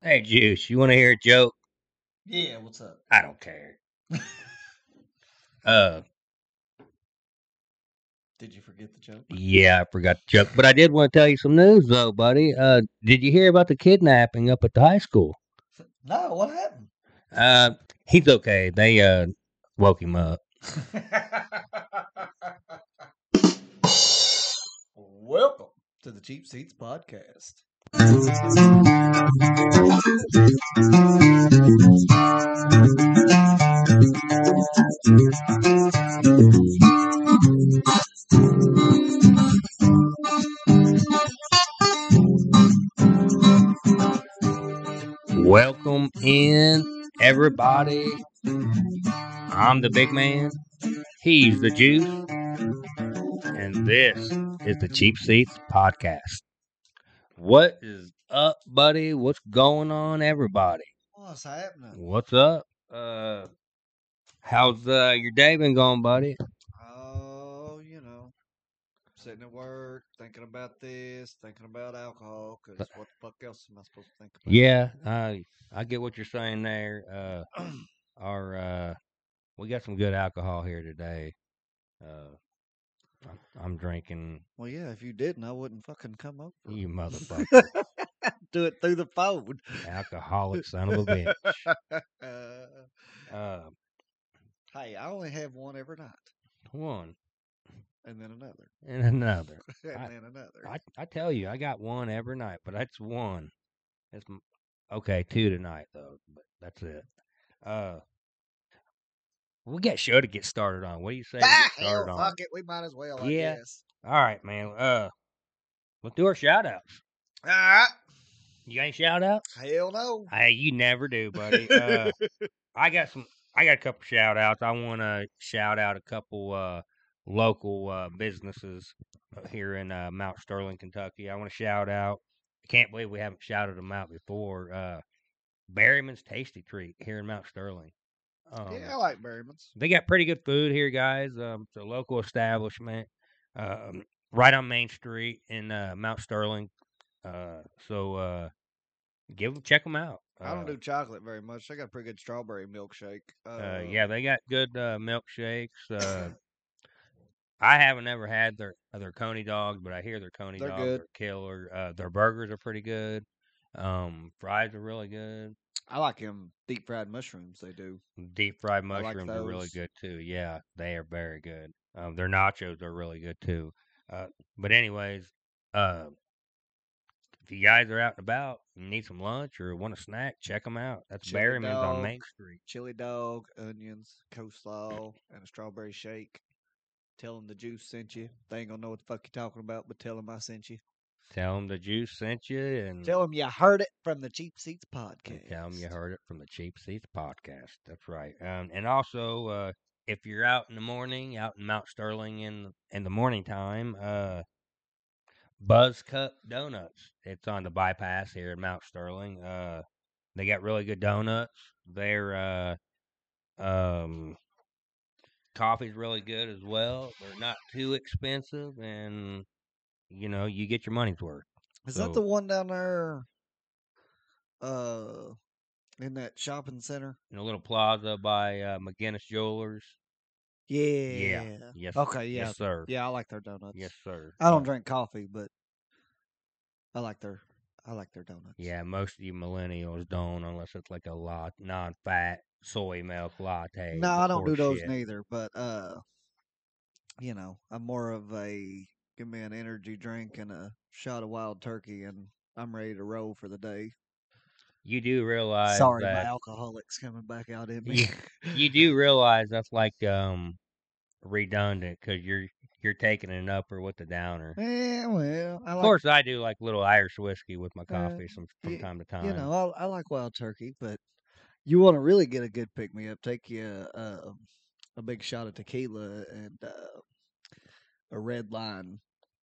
Hey, Juice, you want to hear a joke? Yeah, what's up? I don't care. uh, Did you forget the joke? yeah, I forgot the joke, but I did want to tell you some news, though, buddy. Uh, did you hear about the kidnapping up at the high school? No, what happened? Uh, he's okay. They uh woke him up. Welcome to the Cheap Seats Podcast. Welcome in, everybody. I'm the big man. He's the Juice, and this is the Cheap Seats podcast. What is up, buddy? What's going on, everybody? What's happening? What's up? Uh, how's uh, your day been going, buddy? Oh, you know, sitting at work, thinking about this, thinking about alcohol, because what the fuck else am I supposed to think about? Yeah, I I get what you're saying there. Uh, our uh, we got some good alcohol here today. Uh, I'm, I'm drinking Well, yeah, if you didn't, I wouldn't fucking come over. you motherfucker Do it through the phone. alcoholic son of a bitch. Uh, Uh, hey, I only have one every night, one and then another, and another. and I- then another. I I tell you, I got one every night, but that's one. That's m- okay, two tonight though, but that's it. Uh, we got show to get started on. What do you say? we get ah, hell, started on? fuck it. We might as well, I Yeah. guess. All right, man. Uh, let's do our shout outs. All right. You got any shout outs? Ah, Hell no. Hey, you never do, buddy. Uh, I got some. I got a couple shout outs. I want to shout out a couple uh, local uh, businesses here in uh, Mount Sterling, Kentucky. I want to shout out. I can't believe we haven't shouted them out before. Uh, Berryman's Tasty Treat here in Mount Sterling. Um, yeah, I like Berryman's. they got pretty good food here, guys. Um, it's a local establishment, um, right on Main Street in uh, Mount Sterling. Uh, so uh, give them, check them out. Uh, I don't do chocolate very much. I got a pretty good strawberry milkshake. Uh, Uh, yeah, they got good uh, milkshakes. Uh, I haven't ever had their uh, their coney dogs, but I hear their coney They're dogs good. are killer. Uh, their burgers are pretty good. Um, fries are really good. I like them deep fried mushrooms. They do. Deep fried like mushrooms are really those. good too. Yeah, they are very good. Um, their nachos are really good too. Uh, but anyways, uh, if you guys are out and about, and need some lunch or want a snack, check them out. That's Chili Berryman's on dog. Main Street. Chili dog, onions, coleslaw, and a strawberry shake. Tell them the juice sent you. They ain't gonna know what the fuck you're talking about, but tell them I sent you. Tell them the juice sent you, and Tell them you heard it from the Cheap Seats podcast. and Hmm. tell them um, you heard it from the Cheap Seats podcast. That's right. Um, and also, uh, if you're out in the morning, out in Mount Sterling in in the morning time, uh, Buzz Cup Donuts. It's on the bypass here in Mount Sterling. Uh, they got really good donuts. Their uh, um, coffee's really good as well. They're not too expensive, and you know you get your money's worth. Is So- that the one down there? Uh, in that shopping center. In a little plaza by uh, McGinnis Jewelers. Yeah. Yes. Okay. Yeah. Yes, sir. Yeah, I like their donuts. Yes, sir. I don't Uh, drink coffee, but I like their I like their donuts. Yeah, most of you millennials don't, unless it's like a lot non-fat soy milk latte. No, I don't do bullshit. those neither, but uh you know, I'm more of a give me an energy drink and a shot of wild turkey and I'm ready to roll for the day. You do realize Sorry, my that alcoholic's coming back out in me. you, you do realize that's like um redundant because you're you're taking an upper with the downer. yeah, Eh, well, I of like course, I do like little Irish whiskey with my coffee some from y- time to time. you know, I, I like wild turkey, but you want to really get a good pick me up, take you a, a, a big shot of tequila and uh, a red line,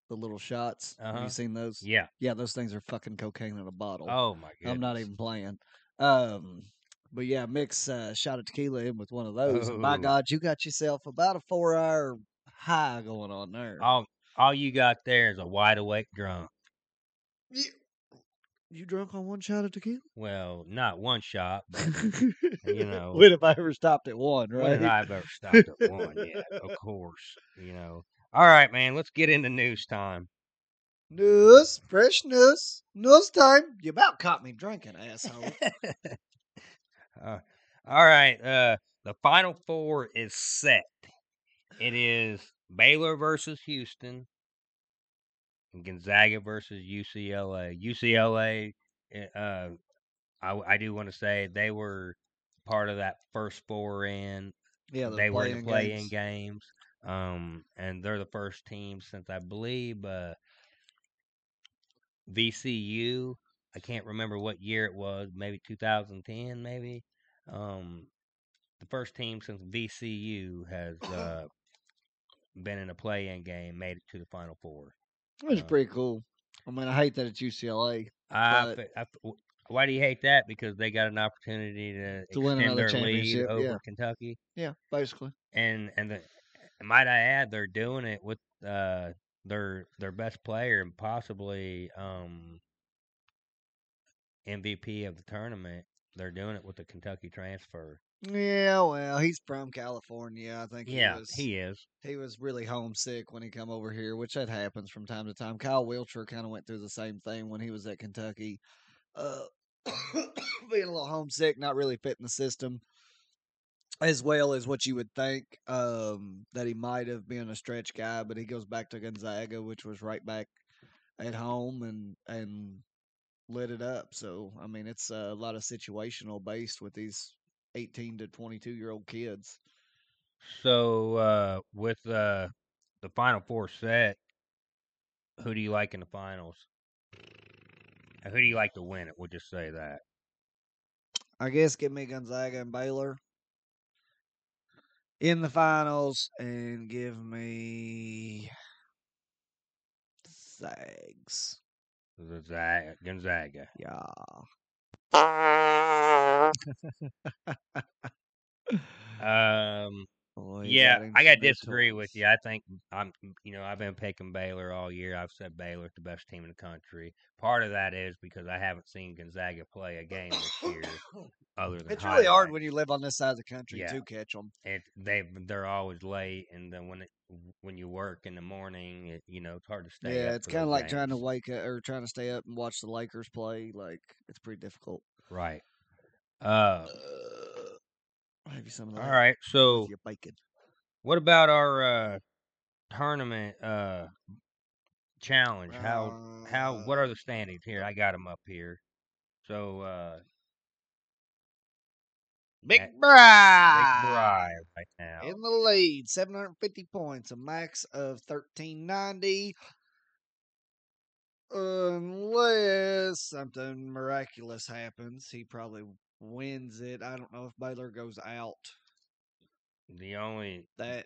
the little shots. Have Uh-huh. you seen those? Yeah. yeah. those things are fucking cocaine in a bottle. Oh my god. I'm not even playing. Um, but yeah, mix a shot of tequila in with one of those. and by Oh. God, you got yourself about a four hour high going on there. All all you got there is a wide awake drunk. Ye- You drunk on one shot of tequila? Well, not one shot, but you know. when have I ever stopped at one? When Right? have I ever stopped at one? Yeah, of course. You know. All right, man. Let's get into news time. News, fresh news, news time. You about caught me drinking, asshole. Uh, all right. Uh, the final four is set. It is Baylor versus Houston, Gonzaga versus UCLA. UCLA. uh, Uh, I, w- I do want to say they were part of that first four in. yeah, they were in playing the play-in games. games. Um, and they're the first team since I believe uh, VCU. I can't remember what year it was. Maybe 2010, maybe. Um, the first team since VCU has uh, been in a play-in game, made it to the Final Four. It was Uh, pretty cool. I mean, I hate that it's UCLA. I, But- fe- I fe- w- why do you hate that? Because they got an opportunity to, To win extend another their lead championship, over yeah. Kentucky, Yeah, basically. and and the, might I add, they're doing it with uh, their their best player and possibly um, MVP of the tournament. They're doing it with the Kentucky transfer. Yeah, well, he's from California. I think yeah, he was. he is. he was really homesick when he come over here, which that happens from time to time. Kyle Wilcher kind of went through the same thing when he was at Kentucky, uh, being a little homesick, not really fitting the system, as well as what you would think um, that he might have been a stretch guy. But he goes back to Gonzaga, which was right back at home, and and lit it up. So I mean, it's uh, a lot of situational based with these eighteen to twenty two year old kids. So uh, with uh, the Final Four set, who do you like in the finals? And Who do you like to win it? We'll just say that. I guess give me Gonzaga and Baylor in the finals, and give me Zags. The Za- Gonzaga. Yeah. Uh, Um, Boy, you yeah, him I some gotta good disagree with toys. you. I think I'm, you know, I've been picking Baylor all year. I've said Baylor's the best team in the country. Part of that is because I haven't seen Gonzaga play a game this year, other than It's really hard highlights. when you live on this side of the country Yeah. to catch them. it they they're always late, and then when it, when you work in the morning, it, you know it's hard to stay. yeah, up it's for kind of those like trying to games. wake up or trying to stay up and watch the Lakers play. Like it's pretty difficult. right. Uh, I'll have you some of that all right. So with your bacon. what about our uh, tournament uh, challenge? How how uh, Mm-hmm. what are the standings here? I got them up here. So uh Big Big Bry? Big Bri right now. in the lead, 750 points, a max of 1390. Unless something miraculous happens, he probably wins it. I don't know if Baylor goes out. The only That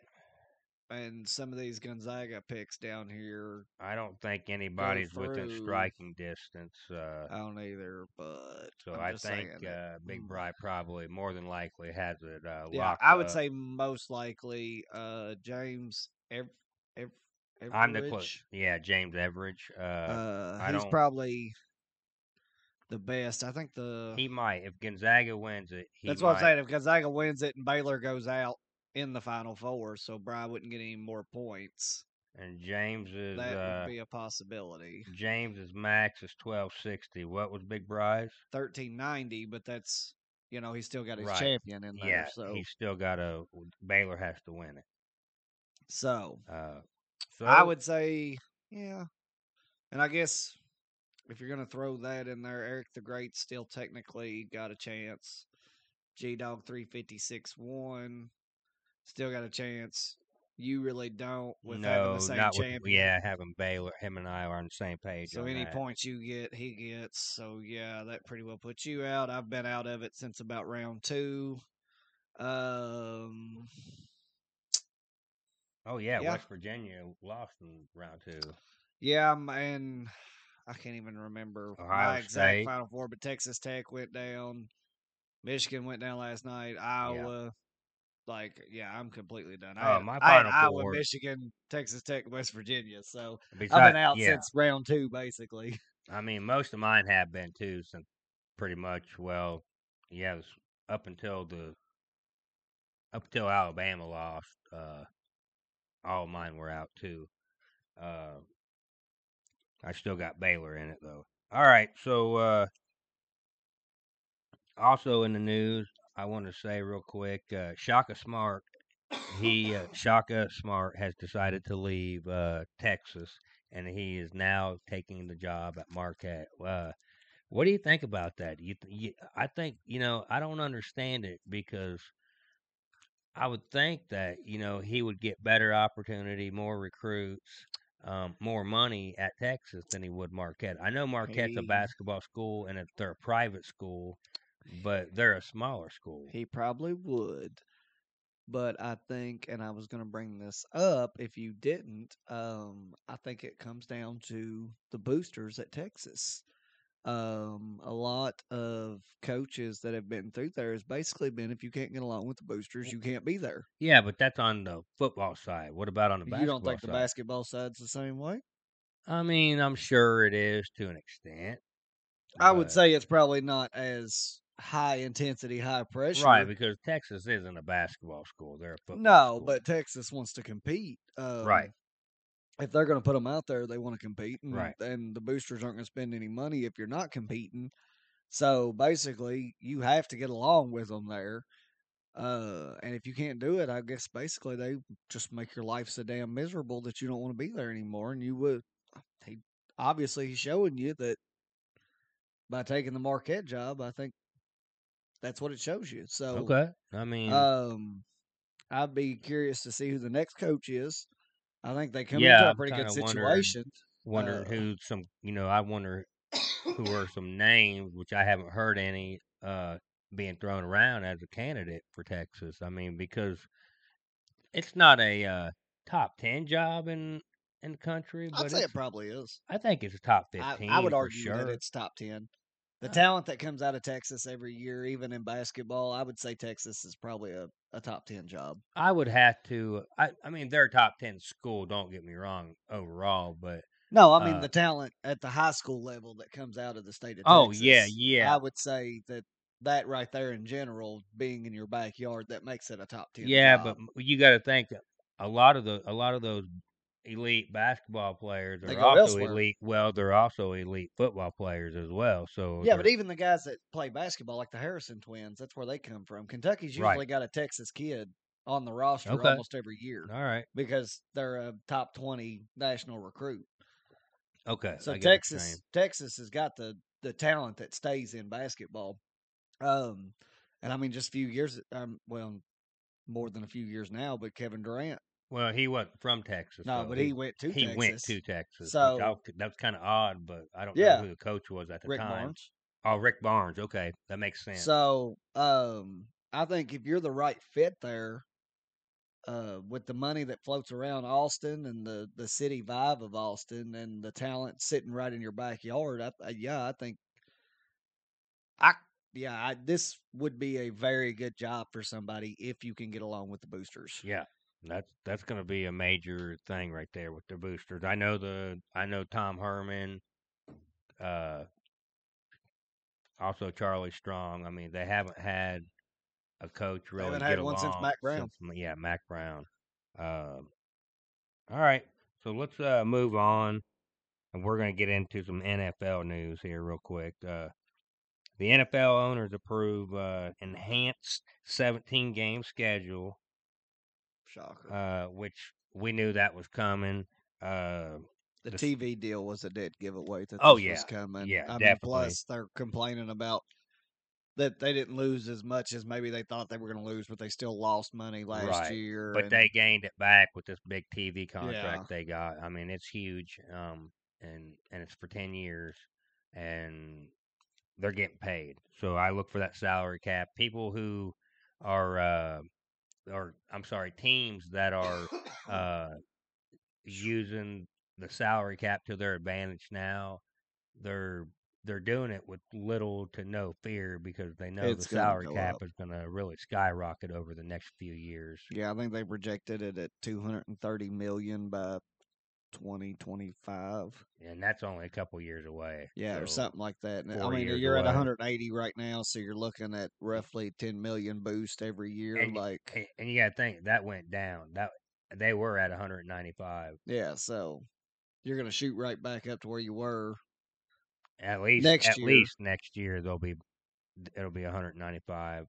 and some of these Gonzaga picks down here, I don't think anybody's within through. striking distance. Uh I don't either. But so I'm i just think saying that- uh Big mm. Bri probably more than likely has it uh yeah, locked I would up. say most likely, uh, James. Ev- Ev- I'm the Everidge? close. Yeah, James Everidge. Uh, Uh, I he's don't- probably the best. I think the he might if Gonzaga wins it. He Uh. that's might. what I'm saying. If Gonzaga wins it and Baylor goes out in the Final Four, so Bry wouldn't get any more points. And James is That uh, would be a possibility. James's max is 1260. What was Big Bri's? Thirteen ninety, but that's you know he's still got his Right. champion in there. Yeah, so he's still got a Baylor has to win it. so Uh, so I would say yeah, and I guess if you're gonna throw that in there, Eric the Great still technically got a chance. G Dog three fifty six one still got a chance. You really don't with having no, the same not champion. with yeah having Baylor. Him and I are on the same page. So on any that. points you get, he gets. So yeah, that pretty well puts you out. I've been out of it since about round two. Um, Oh yeah, Yeah. West Virginia lost in round two. yeah, I'm and I can't even remember Ohio my exact State. final four, but Texas Tech went down. Michigan went down last night. Iowa, like yeah, I'm completely done. I Oh, had, my I had Final Iowa, Four- Michigan, Texas Tech, West Virginia. So I've Besides, been out yeah, since round two, basically. I mean, most of mine have been too, since pretty much, well, yeah, it was up until the up until Alabama lost, uh, all of mine were out too. Uh, I still got Baylor in it though. All right, so uh, also in the news, I want to say real quick, uh, Shaka Smart, he uh, Shaka Smart has decided to leave uh, Texas, and he is now taking the job at Marquette. Uh, what do you think about that? You, th- you, I think you know I don't understand it because I would think that you know he would get better opportunity, more recruits, um, more money at Texas than he would Marquette. I know Marquette's a He- basketball school and it, they're a private school, but they're a smaller school. He probably would. But I think, and I was going to bring this up if you didn't, um, I think it comes down to the boosters at Texas. Um, a lot of coaches that have been through there has basically been if you can't get along with the boosters, you can't be there. Yeah, but that's on the football side. What about on the You basketball don't think the side? basketball side's the same way? I mean, I'm sure it is to an extent. I would but- say it's probably not as high intensity, high pressure. right because Texas isn't a basketball school; they're a football. No, school. but Texas wants to compete. Um, Right. If they're going to put them out there, they want to compete, and, Right. and the boosters aren't going to spend any money if you're not competing. So basically, you have to get along with them there. Uh, and if you can't do it, I guess basically they just make your life so damn miserable that you don't want to be there anymore. And you would, he obviously he's showing you that by taking the Marquette job, I think that's what it shows you. So okay. I mean, Um, I'd be curious to see who the next coach is. I think they come Yeah, into a I'm pretty good kinda wondering. situation. wonder uh, who some you know. I wonder who are some names which I haven't heard any uh being thrown around as a candidate for Texas. I mean, because it's not a uh, top ten job in in the country, I'd but say it's, it probably is. I think it's a top I, fifteen. I would for argue sure. that it's top ten. The Uh, talent that comes out of Texas every year, even in basketball, I would say Texas is probably a, a top ten job. I would have to. I, I mean, they're a top ten school. Don't get me wrong overall, but No, I mean Uh, the talent at the high school level that comes out of the state of oh Texas. yeah, yeah, I would say that that right there in general, being in your backyard, that makes it a top ten. yeah. job. But m- you got to think that a lot of the a lot of those elite basketball players They are go also elsewhere. elite. Well, they're also elite football players as well. So Yeah, they're- but even the guys that play basketball, like the Harrison twins, that's where they come from. Kentucky's Right. usually got a Texas kid on the roster Okay. almost every year all right, because they're a top twenty national recruit. okay. I So get what you're saying. Texas, Texas has got the the talent that stays in basketball. Um, and I mean, just a few years. Um, well, more than a few years now, but Kevin Durant. Well, he wasn't from Texas. No, though. but he went to he Texas. went to Texas. So So- that was kind of odd, but I don't Yeah. know who the coach was at the Rick time. Barnes. Oh, Rick Barnes. Okay, that makes sense. So, um, I think if you're the right fit there, uh, with the money that floats around Austin and the the city vibe of Austin and the talent sitting right in your backyard, I, I, yeah, I think I yeah, I, this would be a very good job for somebody if you can get along with the boosters. Yeah, that's that's going to be a major thing right there with the boosters. I know the I know Tom Herman, uh, also Charlie Strong. I mean, they haven't had a coach really haven't get had along one since Mac Brown. since- yeah, Mac Brown. Um all right, so let's uh, move on, and we're going to get into some NFL news here real quick. Uh, the NFL owners approve uh, enhanced 17 game schedule Shocker. uh, which we knew that was coming. Uh, the this- TV deal was a dead giveaway that Oh, this was yeah. coming. Yeah, I mean, definitely. plus they're complaining about that they didn't lose as much as maybe they thought they were going to lose, but they still lost money last Right. year. but and- they gained it back with this big TV Yeah. contract they got. I mean, it's huge, um, and and it's for ten years, and they're getting paid. So I look for that salary cap. People who are, uh, or I'm sorry, teams that are uh, using the salary cap to their advantage now. They're they're doing it with little to no fear because they know It's the gonna salary go cap up. is going to really skyrocket over the next few years. Yeah, I think they projected it at 230 million by twenty twenty five. and that's only a couple years away. Yeah, or so- something like that. And, I four mean, years you're at away. 180 right now, so you're looking at roughly 10 million boost every year. And- like, And, and you got to think that went down. That they were at 195 yeah, so you're going to shoot right back up to where you were. at least. Next at year. least next year they'll be it'll be 195.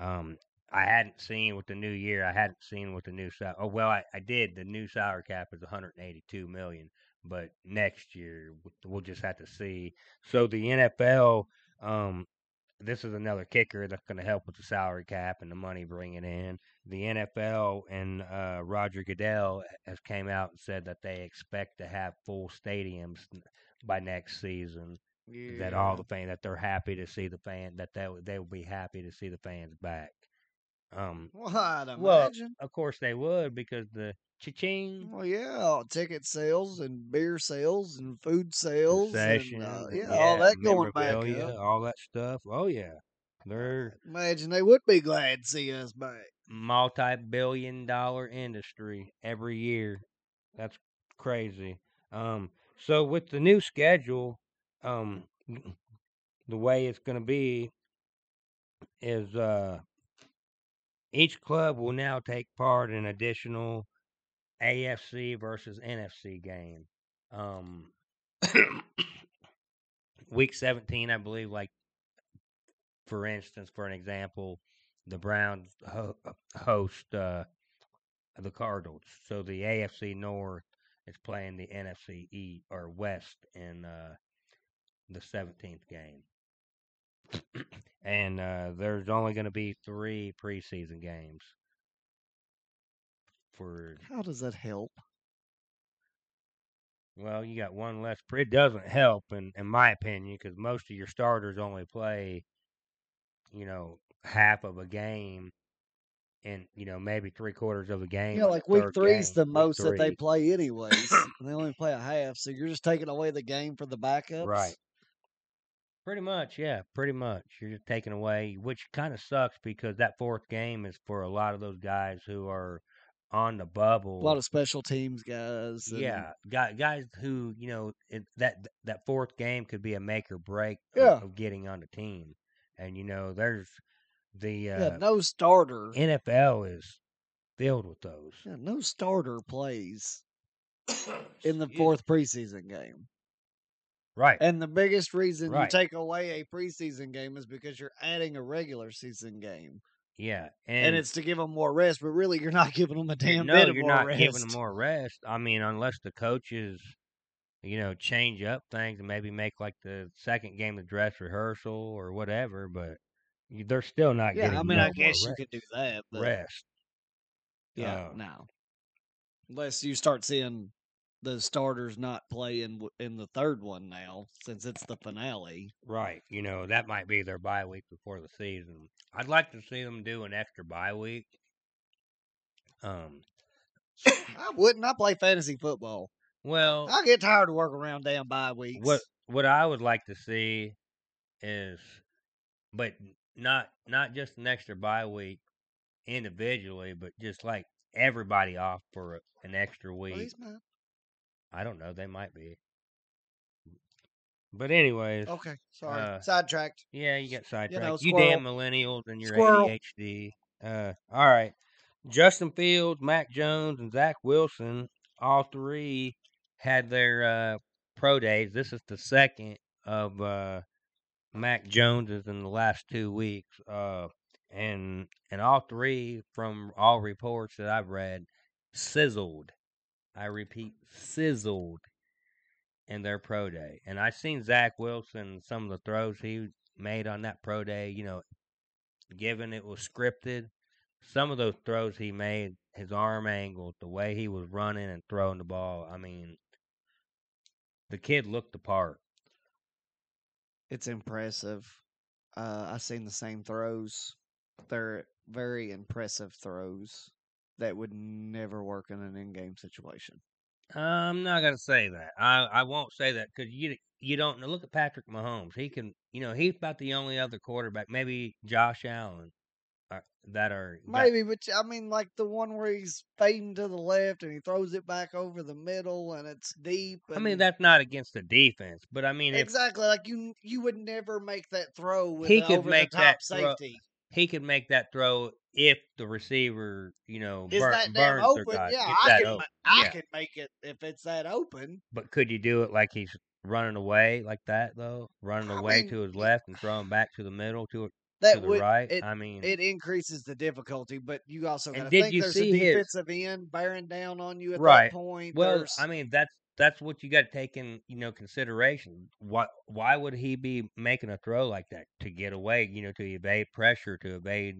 Um, I hadn't seen with the new year. I hadn't seen with the new salary. Oh well, I, I did. The new salary cap is 182 million, but next year w- we'll just have to see. So the NFL. Um, this is another kicker that's going to help with the salary cap and the money bringing in. The NFL and uh, Roger Goodell has came out and said that they expect to have full stadiums n- by next season that all the fans that they're happy to see the fan that they they will be happy to see the fans back. Um, Well, I'd Well- imagine. of course they would because the cha-ching Well, yeah, all ticket sales and beer sales and food sales. And, concessions, uh, and yeah, all that going back memorabilia, up. all that stuff. Oh yeah, they're Imagine they would be glad to see us back. multi-billion dollar industry every year. That's crazy. Um, so with the new schedule, um, the way it's going to be is uh, each club will now take part in additional AFC versus NFC game. Um, week 17, I believe, like for instance, for an example, the Browns ho- host uh, the Cardinals. So the AFC North is playing the NFC E or West in uh, the 17th game. and uh, there's only going to be three preseason games for How does that help? Well, you got one less. pre- It doesn't help, in, in my opinion, because most of your starters only play, you know, half of a game, and you know maybe three quarters of a game. Yeah, or like week third three's game, the week most that they three. play, anyways. and they only play a half, so you're just taking away the game for the backups. Right. Pretty much, yeah, pretty much. You're just taking away, which kind of sucks because that fourth game is for a lot of those guys who are on the bubble. A lot of special teams guys. and- yeah, guy- guys who you know it, that that fourth game could be a make or break of- Yeah. of, getting on the team, and you know there's the Yeah, uh, no starter. NFL is filled with those. yeah, no starter plays in the Excuse me. fourth preseason game. right? And the biggest reason Right. you take away a preseason game is because you're adding a regular season game. yeah, And, and, it's to give them more rest, but really you're not giving them a damn no, bit of you're more not rest. giving them more rest. I mean, unless the coaches, you know, change up things and maybe make like the second game of dress rehearsal or whatever, but you- they're still not yeah, getting. I mean, no I more guess you rest. could do that. But rest. Yeah, Uh, no. Unless you start seeing the starters not playing w- in the third one now, since it's the finale. Right. You know, that might be their bye week before the season. I'd like to see them do an extra bye week. Um I wouldn't. I play fantasy football. well I get tired of working around damn bye weeks. what what I would like to see is but not not just an extra bye week individually, but just like everybody off for a- an extra Well, week. he's mine. I don't know, they might be. But anyways, Okay, sorry, Uh, sidetracked. Yeah, you get sidetracked. You, know, damn millennials and your Squirrel. ADHD. Uh, all right. Justin Fields, Mac Jones, and Zach Wilson, all three had their uh, pro days. This is the second of uh, Mac Jones's in the last two weeks. Uh, and and all three, from all reports that I've read, sizzled. I repeat, sizzled in their pro day. And I seen Zach Wilson some of the throws he made on that pro day. You know, given it was scripted, some of those throws he made, his arm angle, the way he was running and throwing the ball. I mean, the kid looked the part. It's impressive. Uh, I've seen the same throws. They're very impressive throws that would never work in an in-game situation. I'm not gonna say that. I, I won't say that because you you don't know. Look at Patrick Mahomes. He can you know he's about the only other quarterback, maybe Josh Allen, are, that are got- Maybe, but I mean, like the one where he's fading to the left and he throws it back over the middle and it's deep. I mean, and- that's not against the defense, but I mean, if exactly like you. You would never make that throw with He a could over make the top that throw- safety. he could make that throw if the receiver, you know, Is bur- that damn burns or open? got- Yeah, it's I that can. open. ma- I Yeah. can make it if it's that open. But could you do it like he's running away like that though? Running I away mean, to his left and throwing back to the middle to That to the would right. it, I mean, it increases the difficulty, but you also And got to did think you there's see a his- defensive end bearing down on you at Right. that point. well, there's, I mean that's that's what you got to take in you know consideration. Why why would he be making a throw like that to get away? You know, to evade pressure, to evade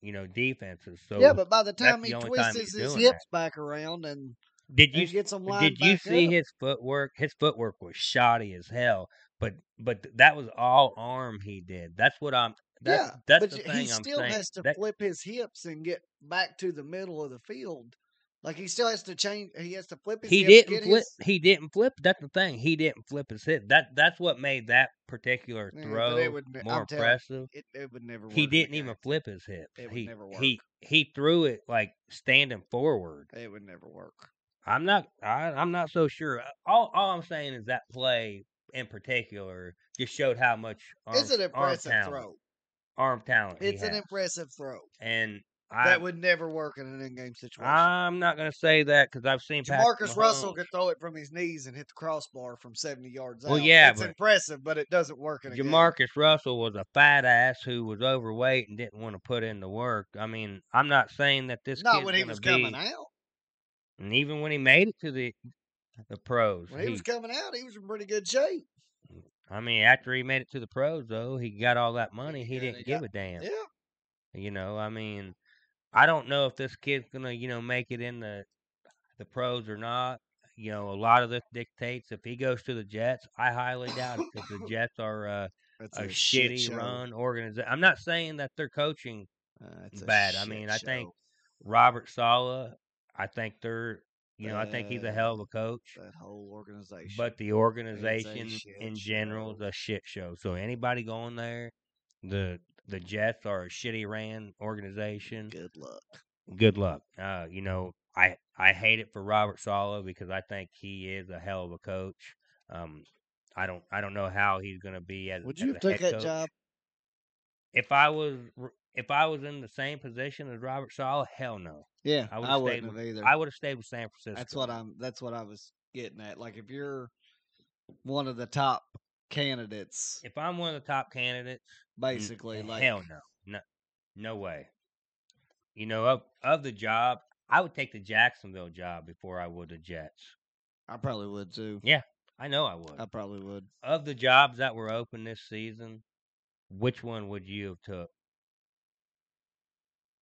you know defenses. So yeah, but by the that's time the he only time twists he's his hips doing back around and, did and you gets them lined did you back see up. his footwork? His footwork was shoddy as hell. But but th- that was all arm he did. That's what I'm. That's, yeah, that's but the y- thing he I'm still saying. has to That- flip his hips and get back to the middle of the field. Like he still has to change. He has to flip his he hips. didn't get flip. his- He didn't flip. That's the thing. He didn't flip his hit. That that's what made that particular Yeah, throw but it would. ne- more I'm telling. impressive. It, it would never. work He in the didn't even game. flip his hip. It would He never he he threw it like standing forward. It would never work. I'm not. I, I'm not so sure. uh, All all I'm saying is that play in particular just showed how much arm, it's an impressive arm talent, throw. arm talent he It's an has. impressive throw. and I that would never work in an in-game situation. I'm not gonna say that because I've seen Patrick Marcus Russell Mahomes. could throw it from his knees and hit the crossbar from 70 yards out. Well, yeah, it's but- impressive, but it doesn't work in a game. Jamarcus Russell was a fat ass who was overweight and didn't want to put in the work. I mean, I'm not saying that this Not kid's when he gonna was be, coming out. and even when he made it to the the pros, When he was he- coming out, he was in pretty good shape. I mean, after he made it to the pros, though, he got all that money. he He got- didn't he give got- a damn. Yeah, You know, I mean, I don't know if this kid's gonna, you know, make it in the the pros or not. You know, a lot of this dictates if he goes to the Jets. I highly doubt it because the Jets are uh, that's a, shitty run organization. I'm not saying that their coaching Uh, bad. I mean, I think Robert Sala. I think they're, you know, I think he's a hell of a coach. that whole organization. But the organization shit in general is show. a shit show. So anybody going there, the the Jets are a shitty ran organization. good luck. Good luck. Uh, you know, I I hate it for Robert Sala because I think he is a hell of a coach. Um, I don't I don't know how he's going to be as Would as you a have took head that coach. job? If I was r- if I was in the same position as Robert Sala, hell no. Yeah, I I, would've stayed wouldn't with- have either. I would have stayed with San Francisco. That's what I'm. That's what I was getting at. Like if you're one of the top candidates, If I'm one of the top candidates, n- basically, like hell no, no, no way. You know, of of the job, I would take the Jacksonville job before I would the Jets. I probably would too. I know I would. I probably would. of the jobs that were open this season, which one would you have took?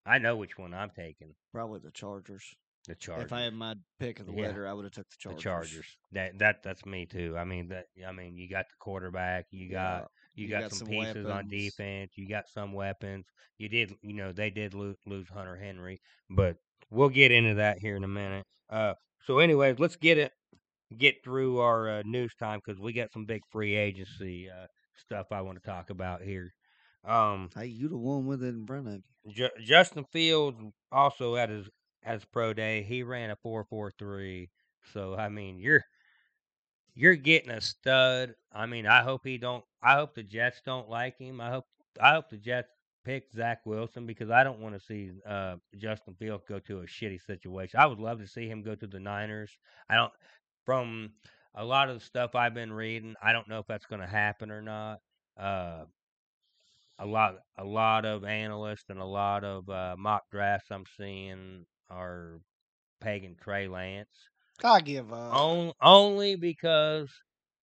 I know which one I'm taking. Probably the Chargers. The Chargers. If I had my pick of the Yeah. litter, I would have took the the Chargers. Chargers. That that that's me too. I mean that I mean you got the quarterback, you got you, You got, got some, some pieces on weapons. defense. You got some weapons. You did, you know, they did lose, lose Hunter Henry, but we'll get into that here in a minute. Uh, so, anyways, let's get it get through our uh, news time because we got some big free agency uh, stuff I want to talk about here. Um, Hey, you the one with it in front of you. Ju- Justin Fields also at his at his pro day, he ran a four four three. So I mean, you're you're getting a stud. I mean, I hope he don't. I hope the Jets don't like him. I hope I hope the Jets pick Zach Wilson because I don't want to see uh, Justin Fields go to a shitty situation. I would love to see him go to the Niners. I don't. From a lot of the stuff I've been reading, I don't know if that's going to happen or not. Uh, a lot a lot of analysts and a lot of uh, mock drafts I'm seeing are pegging Trey Lance I give up. On, only because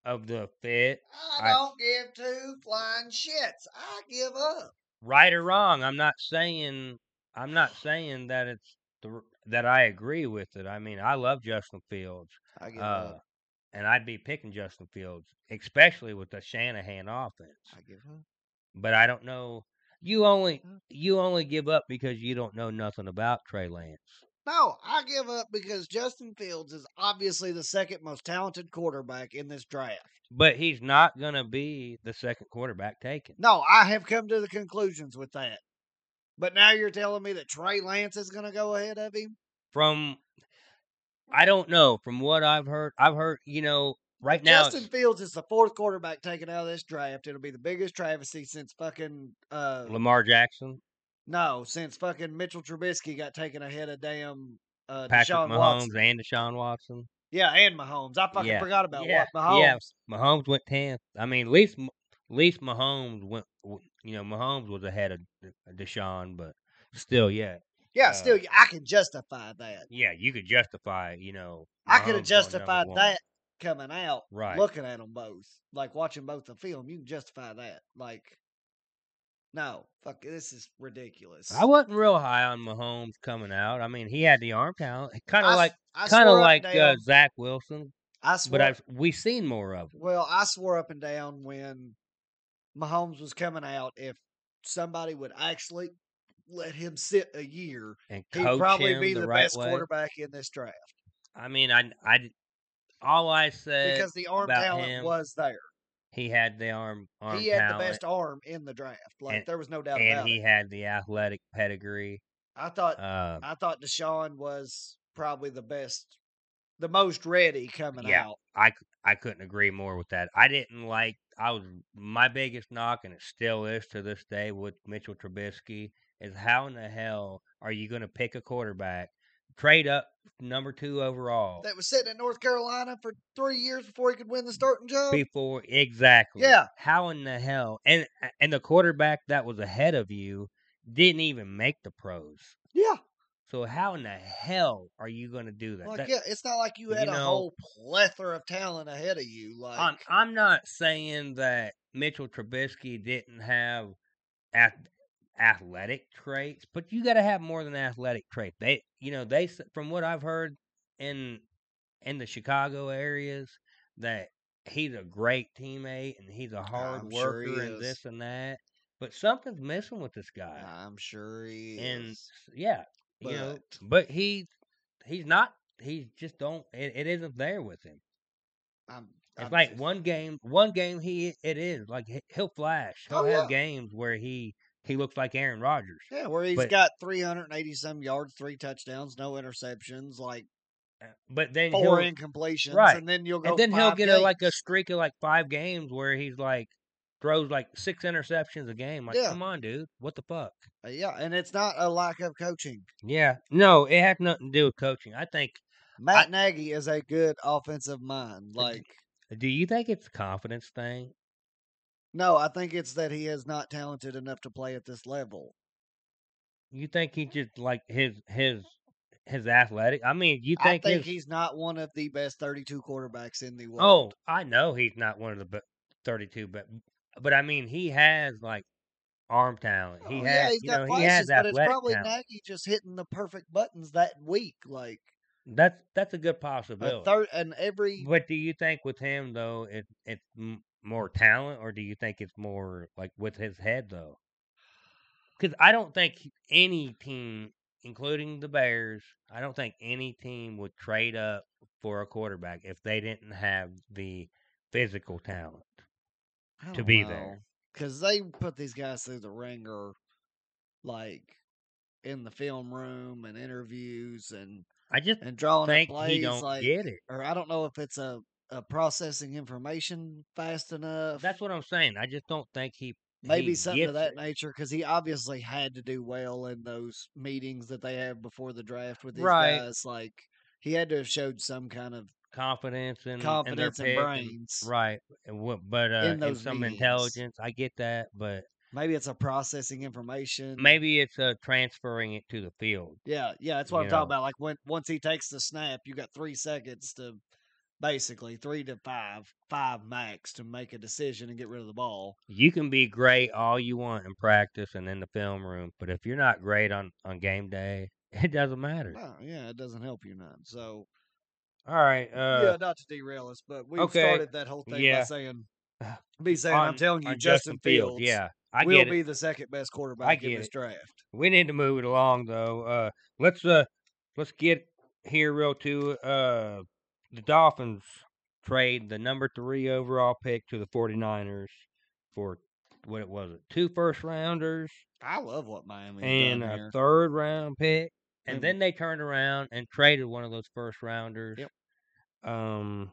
of the fit. I- I don't give two flying shits. I give up. Right or wrong, I'm not saying I'm not saying that it's the, r- that I agree with it. I mean, I love Justin Fields. I give Uh, up. and I'd be picking Justin Fields, especially with the Shanahan offense. I give up. but I don't know. You only Mm. you only give up because you don't know nothing about Trey Lance. No, I give up because Justin Fields is obviously the second most talented quarterback in this draft. But he's not gonna be the second quarterback taken. No, I have come to the conclusions with that. But now you're telling me that Trey Lance is going to go ahead of him? From I don't know. From what I've heard, I've heard you know right now. Justin it's Fields is the fourth quarterback taken out of this draft. It'll be the biggest travesty since fucking uh Lamar Jackson, no, since fucking Mitchell Trubisky got taken ahead of damn uh Patrick Deshaun Mahomes, Watson. and Deshaun Watson. Yeah, and Mahomes. I fucking Yeah. forgot about Yeah. what Mahomes. Yeah. Mahomes went tenth. I mean, at least at least Mahomes went. You know, Mahomes was ahead of Deshaun, but still, yeah, Yeah, Uh, still I can justify that. yeah, you could justify. You know, Mahomes I could going have number justified one. that coming out, Right. looking at them both, like watching both the film. You can justify that, like, no, fuck, this is ridiculous. I wasn't real high on Mahomes coming out. I mean, he had the arm talent, kind I of s- like I kind swore of up like and down- uh, Zach Wilson, I swore, but I've we seen more of him. well, I swore up and down when Mahomes was coming out. If somebody would actually let him sit a year, and he'd coach probably him be the, the, right best way. quarterback in this draft I mean, I I d- all I said because the arm about talent him, was there. he had the arm arm He had talent, the best arm in the draft. Like And- there was no doubt and about he it. had the athletic pedigree. I thought Um, I thought Deshaun was probably the best, the most ready coming Yeah. out. I couldn't agree more with that. I didn't like. I was my biggest knock, and it still is to this day with Mitchell Trubisky is how in the hell are you going to pick a quarterback, trade up number two overall That was sitting in North Carolina for three years before he could win the starting job. before exactly? Yeah. How in the hell and and the quarterback that was ahead of you didn't even make the pros. Yeah, So how in the hell are you going to do that? like That- yeah, it's not like you had you a know- whole plethora of talent ahead of you. Like I'm I'm not saying that Mitchell Trubisky didn't have ath- athletic traits, but you got to have more than athletic traits. They, you know, they s- from what I've heard in in the Chicago areas that he's a great teammate and he's a hard I'm sure worker he and is. this and that. But something's missing with this guy, I'm sure he uh, and is. s- yeah, you know, but- but he he's not. He just don't. It, it isn't there with him. I'm, It's I'm like just- one game, one game he it is like he- he'll flash. He'll Oh, have yeah. games where he he looks like Aaron Rodgers. Yeah, where he's but- got 380 some yards, three touchdowns, no interceptions, like Uh, But then he'll four incompletions, right. and then you'll go. and then he'll five get a, like a games. streak of like five games where he's like throws like six interceptions a game. Like, Yeah. come on, dude, what the fuck? Uh, yeah, and it's not a lack of coaching. Yeah, no, it has nothing to do with coaching. I think. Matt Nagy is a good offensive mind. But d- Like, Do you think it's a confidence thing? no, I think it's that he is not talented enough to play at this level. You think he just like his his his athletic? I mean, you think, I think his, he's not one of the best 32 quarterbacks in the world. Oh, I know he's not one of the be- 32, but but I mean he has like arm talent. He Oh, has, yeah, he's you got know, flashes, he has but it's athletic probably talent. Nagy just hitting the perfect buttons that week. Like, That's that's a good a possibility. third, and every But do you think with him though, it it's m- more talent, or do you think it's more like with his head though? Because I don't think any team, including the Bears, I don't think any team would trade up for a quarterback if they didn't have the physical talent. I to don't be know, there. because they put these guys through the ringer, like in the film room and interviews and I just and drawing up think he plays. don't like, get it. or I don't know if it's a, a processing information fast enough. That's what I'm saying. I just don't think he maybe he something gets of that it. nature because he obviously had to do well in those meetings that they have before the draft with these Right. guys. Like he had to have showed some kind of confidence and and their confidence and pick brains. right. And what- But uh, and those some meetings. intelligence, I get that. But Maybe it's a processing information. maybe it's uh, transferring it to the field. Yeah, yeah, that's what I'm You talking know. about. Like when once he takes the snap, you got three seconds to basically three to five, five max to make a decision and get rid of the ball. You can be great all you want in practice and in the film room, but if you're not great on on game day, it doesn't matter. Well, Oh, yeah, it doesn't help you none. So All right. yeah, Uh, not to derail us, but we okay. started that whole thing by Yeah. Uh, saying, be saying, I'm on- telling you, on Justin, Fields, Yeah, I will get it. be the second best quarterback in get this it. draft. we need to move it along though. Uh, let's uh, let's get here real to uh, the Dolphins trade the number three overall pick to the 49ers for what it was, two first rounders I love what Miami and uh, done a here. third round pick, and Mhm. then they turned around and traded one of those first rounders. Yep. Um,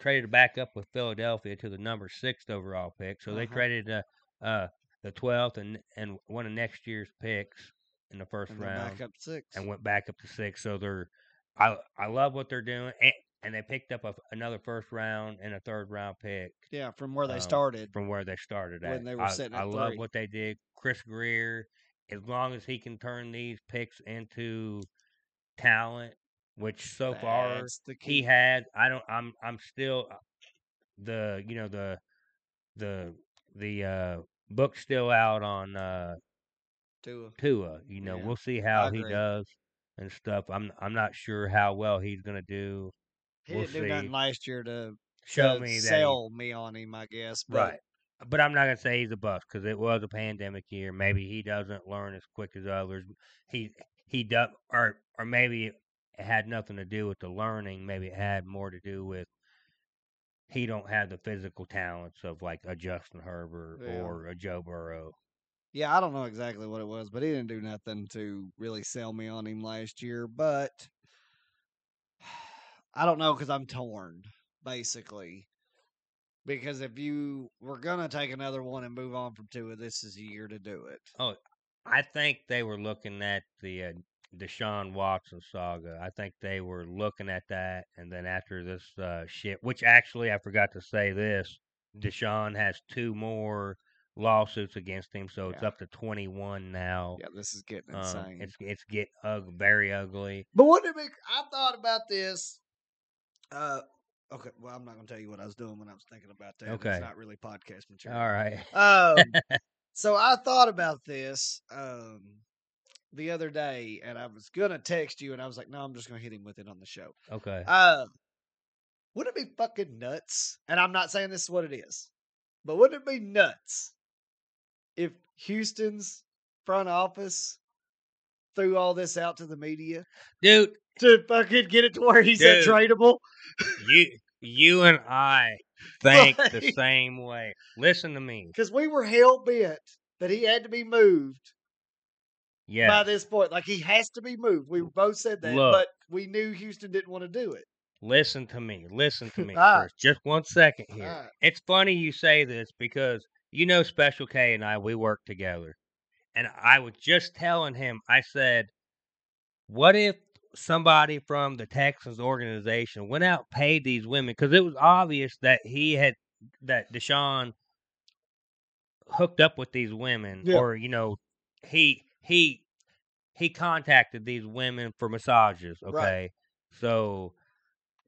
traded back up with Philadelphia to the number sixth overall pick, so they Uh-huh. traded uh, uh the twelfth and and one of next year's picks in the first and they're round back up six. and went back up to six. So they're, I I love what they're doing, and, and they picked up a, another first round and a third round pick yeah, from where they um, started. from where they started at. When they were I, sitting I at love three. what they did. Chris Greer, as long as he can turn these picks into talent, which so far That's the he key. had. I don't. I'm. I'm still uh, the. You know the the the uh, book's still out on uh, Tua. Tua. You know, Yeah, we'll see how he agree. does and stuff. I'm I'm not sure how well he's gonna do. He We'll didn't do see. nothing last year to, Show to me that he sell me on him, I guess. But Right. But I'm not gonna say he's a bust because it was a pandemic year. Maybe he doesn't learn as quick as others. He he does, or or maybe it had nothing to do with the learning. Maybe it had more to do with he don't have the physical talents of like a Justin Herbert Yeah. or a Joe Burrow. Yeah, I don't know exactly what it was, but he didn't do nothing to really sell me on him last year. But I don't know because I'm torn, basically. Because if you were gonna take another one and move on from Tua, this is a year to do it. I think they were looking at the uh, Deshaun Watson saga. I think they were looking at that, and then after this uh, shit, which actually I forgot to say this, Deshaun has two more lawsuits against him, so it's Yeah. up to twenty one now. Yeah, this is getting Oh, Um, insane. it's it's get ug- very ugly. But wouldn't it be? I thought about this. Uh, okay. Well, I'm not gonna tell you what I was doing when I was thinking about that. Okay. it's not really podcast material. All right, Um, so I thought about this um, the other day, and I was gonna text you, and I was like, "No, I'm just gonna hit him with it on the show." okay. Uh, wouldn't it be fucking nuts? And I'm not saying this is what it is, but wouldn't it be nuts if Houston's front office threw all this out to the media Dude, to fucking get it to where he's Dude. untradeable? you you and I think the Right. same way. Listen to me. Because we were hell bent that he had to be moved Yeah. by this point. Like he has to be moved. We both said that, Look. but we knew Houston didn't want to do it. Listen to me. Listen to me Ah. first. Just one second here. Ah. It's funny you say this because you know Special K and I we work together. And I was just telling him, I said, what if somebody from the Texans organization went out and paid these women cuz it was obvious that he had that Deshaun hooked up with these women Yeah. or you know he he he contacted these women for massages, okay? So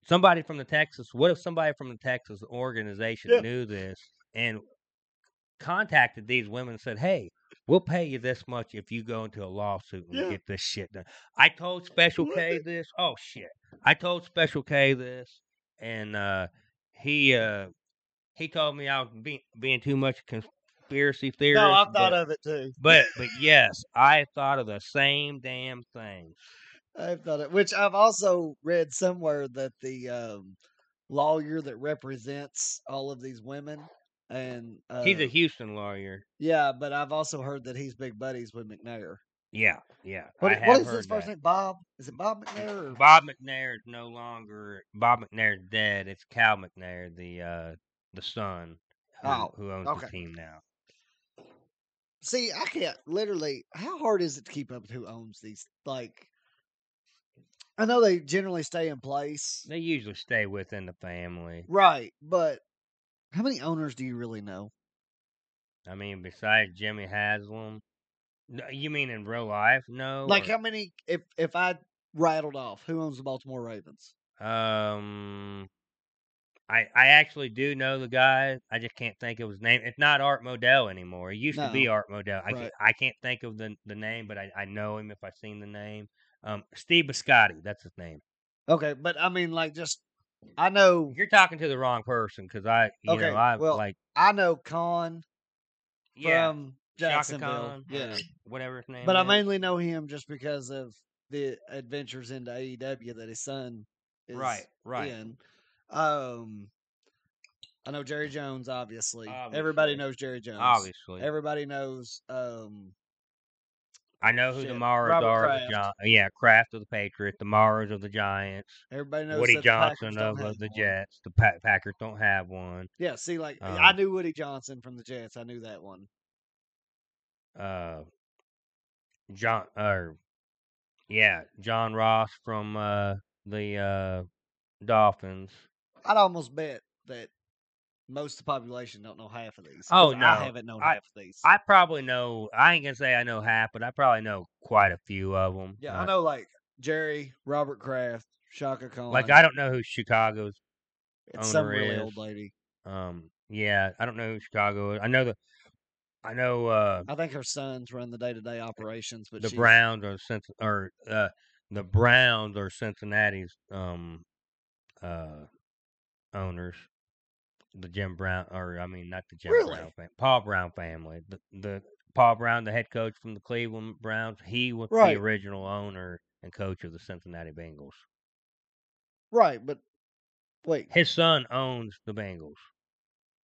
somebody from the Texas, what if somebody from the Texas organization Yeah. knew this and contacted these women and said, "Hey, we'll pay you this much if you go into a lawsuit and Yeah. get this shit done." I told Special K this. Oh shit. I told Special K this and uh he uh he told me I was being, being too much conspiracy theorist. No, I but, thought of it too. but but yes, I thought of the same damn thing. I've thought it, which I've also read somewhere that the um, lawyer that represents all of these women and uh, He's a Houston lawyer. yeah, but I've also heard that he's big buddies with McNair. Yeah, yeah. What, I what have is his heard first that. name? Bob? Is it Bob McNair? Or Bob McNair is no longer Bob McNair's dead. It's Cal McNair, the uh the son who, Oh, who owns okay. the team now. See, I can't literally. How hard is it to keep up with who owns these? Like, I know they generally stay in place, They usually stay within the family. right? But how many owners do you really know? I mean, besides Jimmy Haslam, No, you mean in real life? No. Like, or- how many? If if I rattled off, who owns the Baltimore Ravens? um, I I actually do know the guy. I just can't think of his name. It's not Art Modell anymore. It used to be No. Art Modell. I Right. can't, I can't think of the the name, but I I know him if I seen the name. Um, Steve Biscotti. That's his name. Okay, but I mean, like, just I know, You're talking to the wrong person because I, you Okay, know, I well, like I know Khan yeah, from Shaka Jacksonville, Khan, yeah. or whatever his name. But I is. mainly know him just because of the adventures into E AEW that his son is right, right. in. Um, I know Jerry Jones, obviously. Obviously. Everybody knows Jerry Jones. Obviously, Everybody knows. Um, I know who shit, the Maras Robert are. of The Kraft. Gi- yeah, Kraft of the Patriots, the Maras of the Giants, everybody knows Woody that the Packers Johnson don't of uh, have the one. Jets. The pa- Packers don't have one. Yeah, see, like Um, I knew Woody Johnson from the Jets. I knew that one. Uh, John or yeah, John Ross from uh, the uh, Dolphins. I'd almost bet that most of the population don't know half of these. Oh, 'cause no. I haven't known I- half of these. I probably know. I ain't gonna say I know half, but I probably know quite a few of Uh, them. yeah, I know like Jerry, Robert Kraft, Shaka Khan. Like I don't know who Chicago's. it's some owner really is. old lady. Um, yeah, I don't know who Chicago. Is. I know the. I know uh, I think her sons run the day to day operations, but the she's- Browns or Cinc- or uh, the Browns or Cincinnati's um, uh, owners. The Jim Brown, or I mean, not the Jim Really? Brown, fam- Paul Brown family. The, the Paul Brown, the head coach from the Cleveland Browns, he was Right. the original owner and coach of the Cincinnati Bengals. right, but wait, His son owns the Bengals.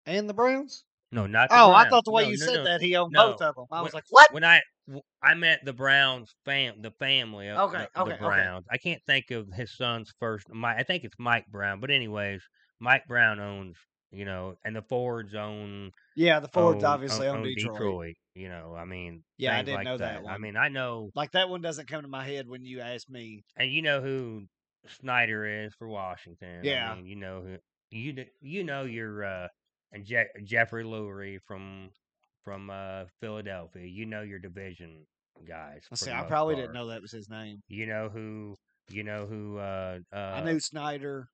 and the Browns? No, not. The Oh, I Browns. thought the way No, you no, said no. that he owned No. both of them. I was When- like, what? When I w- I meant the Browns fam, the family of Okay, the, okay, the okay. Browns. I can't think of his son's first. My, I think it's Mike Brown, but anyways, Mike Brown owns you know, and the Fords own Yeah, the Fords own- obviously own, own, Detroit. Oh, Detroit. You know, I mean, Yeah, I things didn't like know that I one. mean, I know, Like that one doesn't come to my head when you ask me. and you know who Snyder is for Washington. I Yeah. mean, you know who you d- you know your uh, and Je- Jeffrey Lurie from from uh, Philadelphia. You know your division guys. I for see, the I most probably didn't part. know that was his name. You know who? You know who? Uh, uh, I knew Snyder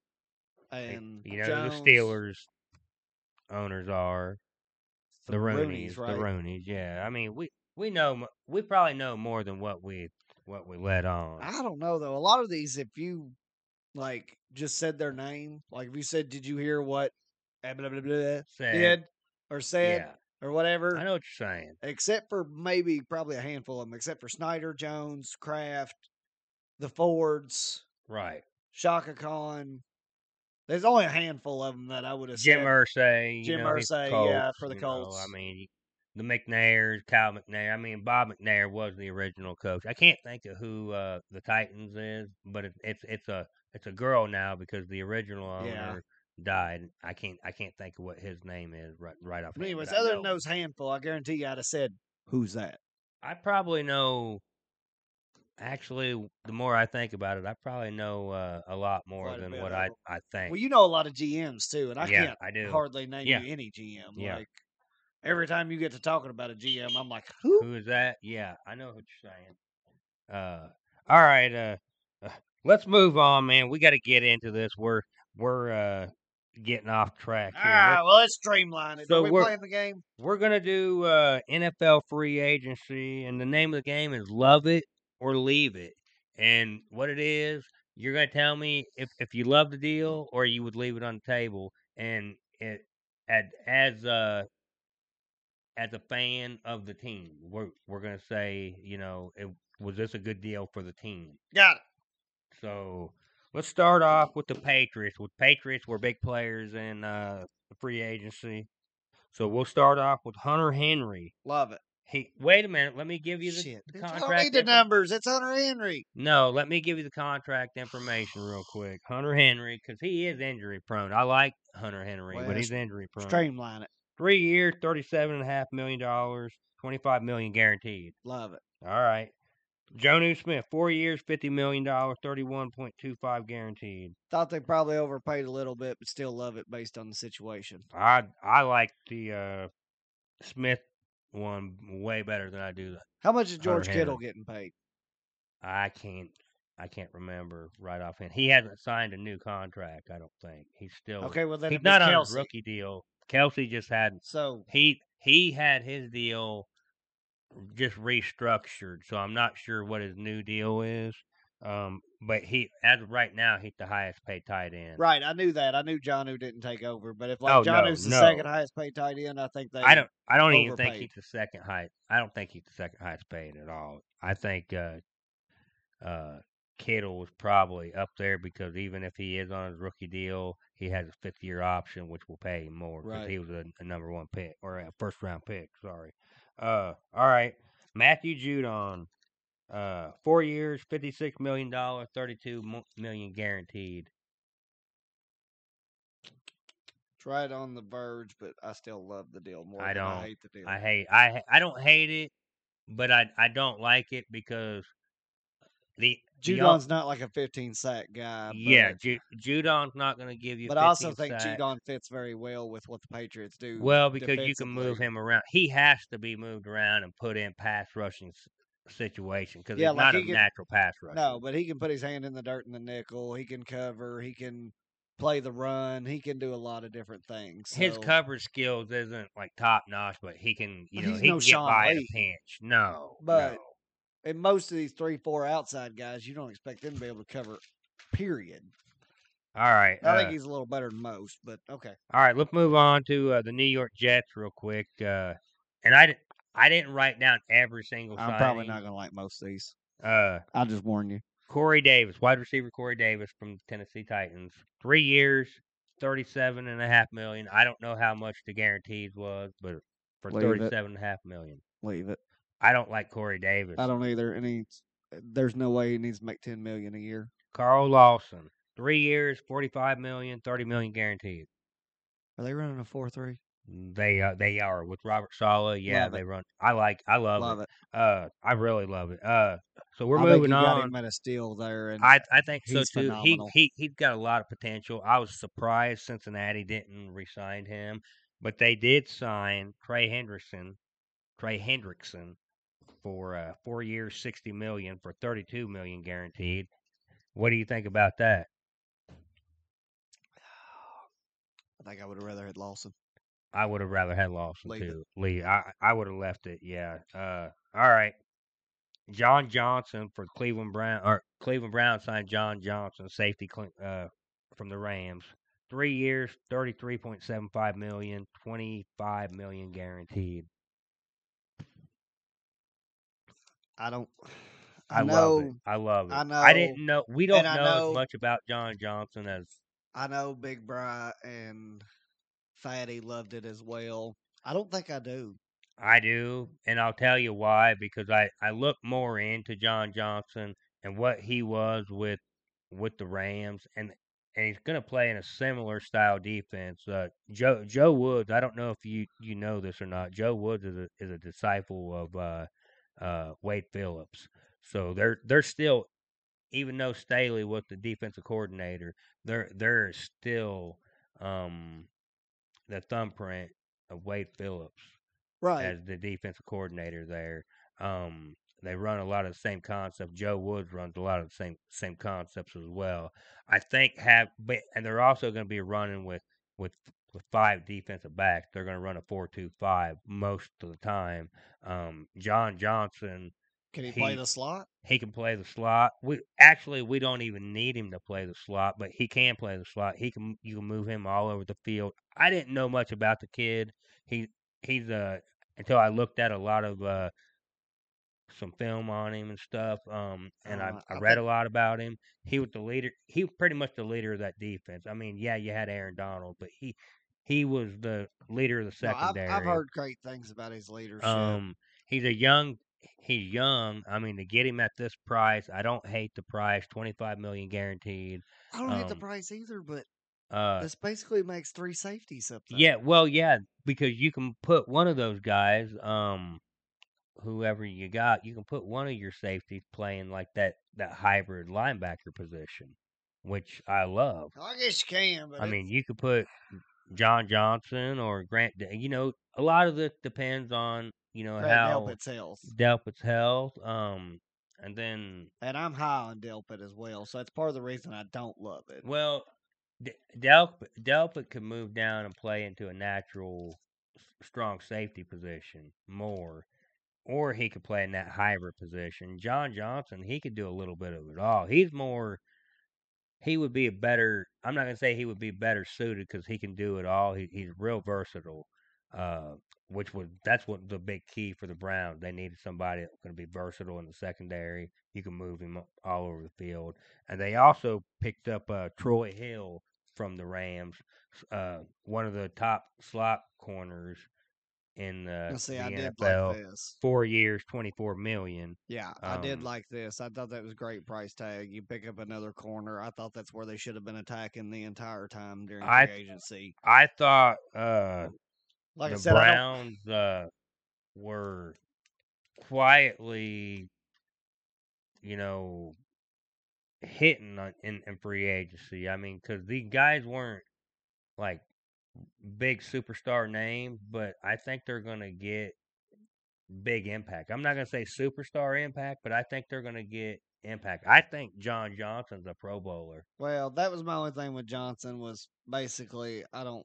and you know Jones, who the Steelers owners are. The, Roonies, right? the Roonies. Yeah, I mean we we know m- we probably know more than what we what we let on. I don't know though. A lot of these, if you like, just said their name, like if you said, "Did you hear what eh, blah blah blah Said, did or said yeah, or I whatever," know what you're saying. except for maybe probably a handful of them, except for Snyder, Jones, Kraft, the Fords, Right, Shaka Khan. There's only a handful of them that I would have Jim said. Irsay. Jim you know, he's Irsay, Colts, yeah, for the you know, I Colts. mean the McNairs, Kyle McNair. I mean Bob McNair was the original coach. I can't think of who uh, the Titans is, but it, it's it's a it's a girl now because the original owner Yeah. died. I can't I can't think of what his name is right right off. But hand, anyways, but I other than know- those handful, I guarantee you I'd have said, "Who's that?" I probably know. Actually, the more I think about it, I probably know uh, a lot more Quite a than bit what of I 'em. I think. Well, you know a lot of GMs too, and I yeah, can't I do. hardly name Yeah. you any GM. Yeah. Like every time you get to talking about a GM, I'm like, who? Who is that? Yeah, I know what you're saying. Uh, all right, uh, uh, let's move on, man. We got to get into this. We're we're uh getting off track here. Let's- Ah, well, let's streamline it. So Are we we're- playing the game? We're gonna do uh, NFL free agency, and the name of the game is "Love It or Leave It." And what it is, you're gonna tell me if, if you love the deal or you would leave it on the table. And it, at, as a as a fan of the team, we're we're gonna say, you know, it, was this a good deal for the team? Got it. So let's start off with the Patriots. With Patriots, we're big players in uh, the free agency. So we'll start off with Hunter Henry. Love it. He wait a minute. Let me give you the, Shit. the You don't contract. need the info- numbers. It's Hunter Henry. no, let me give you the contract information real quick. Hunter Henry, because he is injury prone. I like Hunter Henry, Well, but he's injury prone. Streamline it. Three years, thirty-seven and a half million dollars, twenty-five million guaranteed. Love it. All right. Jonu Smith, four years, fifty million dollars, thirty-one point two five guaranteed. Thought they probably overpaid a little bit, but still love it based on the situation. I I like the uh, Smith one way better than I do. the- How much is George Henry. Kittle getting paid? I can't I can't remember right offhand. He hasn't signed a new contract. I don't think he's still Okay, well then He's it'd be Oh, not on his Kelsey. rookie deal. Kelsey just had So he he had his deal just restructured, so I'm not sure what his new deal is. Um, but he as of right now he's the highest paid tight end. right, I knew that. I knew John who didn't take over, but if like Oh, John no, who's the no. second highest paid tight end, I think they I don't. I don't even think overpaid. he's the second highest. I don't think he's the second highest paid at all. I think uh, uh, Kittle was probably up there because even if he is on his rookie deal, he has a fifth year option, which will pay him more because Right. he was a, a number one pick or a first round pick. Sorry. Uh, all right, Matthew Judon, uh, four years, fifty six million dollars, thirty two million guaranteed. Tried on the verge, but I still love the deal more. I than don't. I hate the deal. I hate. I ha- I don't hate it, but I I don't like it because the the al- Judon's not like a 15 sack guy. But, yeah, Ju- Judon's not going to give you. but I also 15 think sacks. Judon fits very well with what the Patriots do. Well, because you can move defensively. him around. He has to be moved around and put in pass rushing s- situation because Yeah, he's like not he a could- natural pass rusher. No, but he can put his hand in the dirt in the nickel. He can cover. He can play the run. He can do a lot of different things. his so- coverage skills isn't like top notch, but he can you But know he's he no can get Sean by at a Lee. pinch. No, But- no. and most of these three, four outside guys, you don't expect them to be able to cover. Period. All right, I think uh, he's a little better than most, but okay. all right. Let's move on to uh, the New York Jets real quick. Uh, and I didn't I didn't write down every single. I'm probably not going to like most of these. gonna. Uh, I'll just warn you. Corey Davis, wide receiver Corey Davis from the Tennessee Titans. Three years, thirty-seven and a half million. I don't know how much the guarantees was, but for Leave it. thirty-seven and a half million, Leave it. I don't like Corey Davis. I don't either. And he's, there's no way he needs to make 10 million a year. Carl Lawson, three years, forty-five million, thirty million guaranteed. Are they running a four three? They uh, they are with Robert Sala. Yeah, Love it. they run. I like. I love, Love it. it. Uh, I really love it. Uh, so we're I think moving you on. Got him at a steal there, and I I think He's so too. phenomenal. He he he's got a lot of potential. I was surprised Cincinnati didn't re-sign him, but they did sign Trey Hendrickson, Trey Hendrickson for uh, four years, sixty million for thirty-two million guaranteed. What do you think about that? I think I would have rather had Lawson. I would have rather had Lawson Leave it. too. Lee, I I would have left it. Yeah. Uh, all right. John Johnson for Cleveland Brown or Cleveland Brown signed John Johnson, safety cl- uh, from the Rams. Three years, thirty three point seven five million, twenty five million guaranteed. I don't. I, I, know. love it. I love it. I I know, didn't know. We don't and I know, know- as much about John Johnson as I know. Big Bry and Fatty loved it as well. I don't think I do. I do, and I'll tell you why because I I look more into John Johnson and what he was with with the Rams, and and he's going to play in a similar style defense. Uh, Joe Joe Woods, I don't know if you you know this or not. Joe Woods is a is a disciple of uh, uh, Wade Phillips, so they're they're still even though Staley was the defensive coordinator, there there is still um, the thumbprint of Wade Phillips Right. as the defensive coordinator there. Um, they run a lot of the same concepts. Joe Woods runs a lot of the same same concepts as well. I think have but and they're also going to be running with with with five defensive backs. They're going to run a four two five most of the time. Um, John Johnson Can he, play he- the slot? he can play the slot. We actually we don't even need him to play the slot, but he can play the slot. He can you can move him all over the field. I didn't know much about the kid. He he's uh until I looked at a lot of uh some film on him and stuff. Um and Uh, I, I I read think- a lot about him. He was the leader he was pretty much the leader of that defense. I mean, yeah, you had Aaron Donald, but he he was the leader of the No, I've, secondary. I've heard great things about his leadership. Um, he's a young. He's young. I mean, to get him at this price, I don't hate the price. Twenty-five million guaranteed. I don't hate the um, price either, but Uh, this basically makes three safeties up there. yeah. Well, yeah, because you can put one of those guys, um, whoever you got, you can put one of your safeties playing like that that hybrid linebacker position, which I love. I guess you can, but I it- mean, you could put John Johnson or Grant. Da- You know, a lot of this depends on you know Brad how Delpit's health. Delpit's health. Um, and then And I'm high on Delpit as well, so that's part of the reason I don't love it. well, D- Delpit Delpit could move down and play into a natural s- strong safety position more, or he could play in that hybrid position. John Johnson, he could do a little bit of it all. He's more. He would be a better. I'm not gonna say he would be better suited because he can do it all. He, he's real versatile. Uh, which was that's what the big key for the Browns. They needed somebody that's going to be versatile in the secondary. You can move him all over the field, and they also picked up uh, Troy Hill from the Rams, uh, one of the top slot corners in the, Now, see, the I did NFL. like this. Four years, twenty four million. Yeah, I did Um, like this. I thought that was a great price tag. You pick up another corner. I thought that's where they should have been attacking the entire time during free I- agency. I thought uh, Like I the said, I don't- Browns uh, were quietly, you know, hitting on, in, in free agency. I mean, because these guys weren't like big superstar names, but I think they're going to get big impact. I'm not going to say superstar impact, but I think they're going to get impact. I think John Johnson's a Pro Bowler. Well, that was my only thing with Johnson was basically I don't.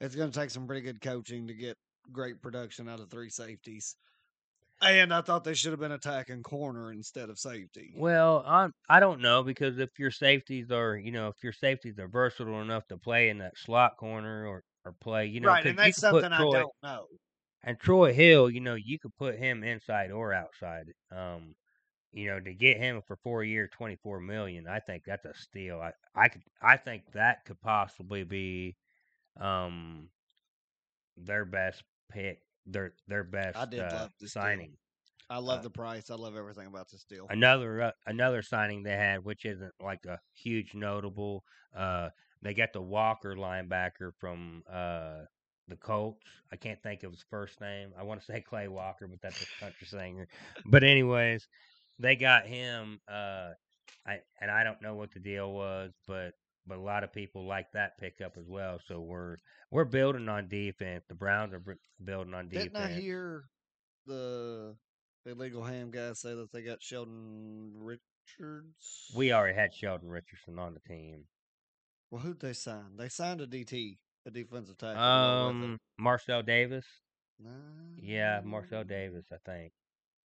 It's going to take some pretty good coaching to get great production out of three safeties, and I thought they should have been attacking corner instead of safety. Well, I'm, I don't know because if your safeties are, you know, if your safeties are versatile enough to play in that slot corner or, or play, you know, right, 'cause and you that's could put something I Troy- don't know. And Troy Hill, you know, you could put him inside or outside. Um, you know, to get him for four year, twenty four million, I think that's a steal. I, I could, I think that could possibly be, um, their best pick, their their best did uh, love this deal. signing. I love Uh, the price. I love everything about this deal. another uh, another signing they had, which isn't like a huge notable. Uh, they got the Walker linebacker from uh, the Colts. I can't think of his first name. I want to say Clay Walker, but that's a country singer. But anyways, they got him, uh, I, and I don't know what the deal was, but but a lot of people like that pickup as well. So we're we're building on defense. The Browns are br- building on defense. Didn't I hear the illegal ham guy say that they got Sheldon Richards? we already had Sheldon Richardson on the team. Well, who'd they sign? They signed a DT, a defensive tackle. along with it. Um, Marcel Davis. Yeah, No, Marcel Davis. I think.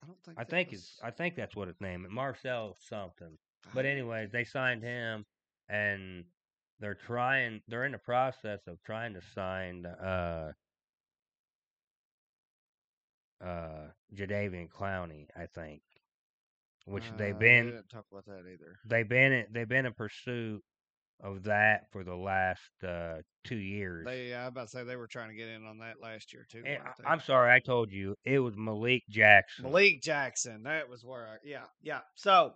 I don't think. I that think was- it's. I think that's what his name. is. Marcel something. I But don't- anyways, they signed him, and they're trying. They're in the process of trying to sign uh uh Jadavian Clowney. I think, which they've Uh, been We didn't talk about that either. they've been in, they've been in pursuit of that for the last uh two years. They, I was about to say they were trying to get in on that last year too. And weren't I- they? Eh, I'm sorry, I told you it was Malik Jackson. Malik Jackson. That was where. I, yeah, yeah. So,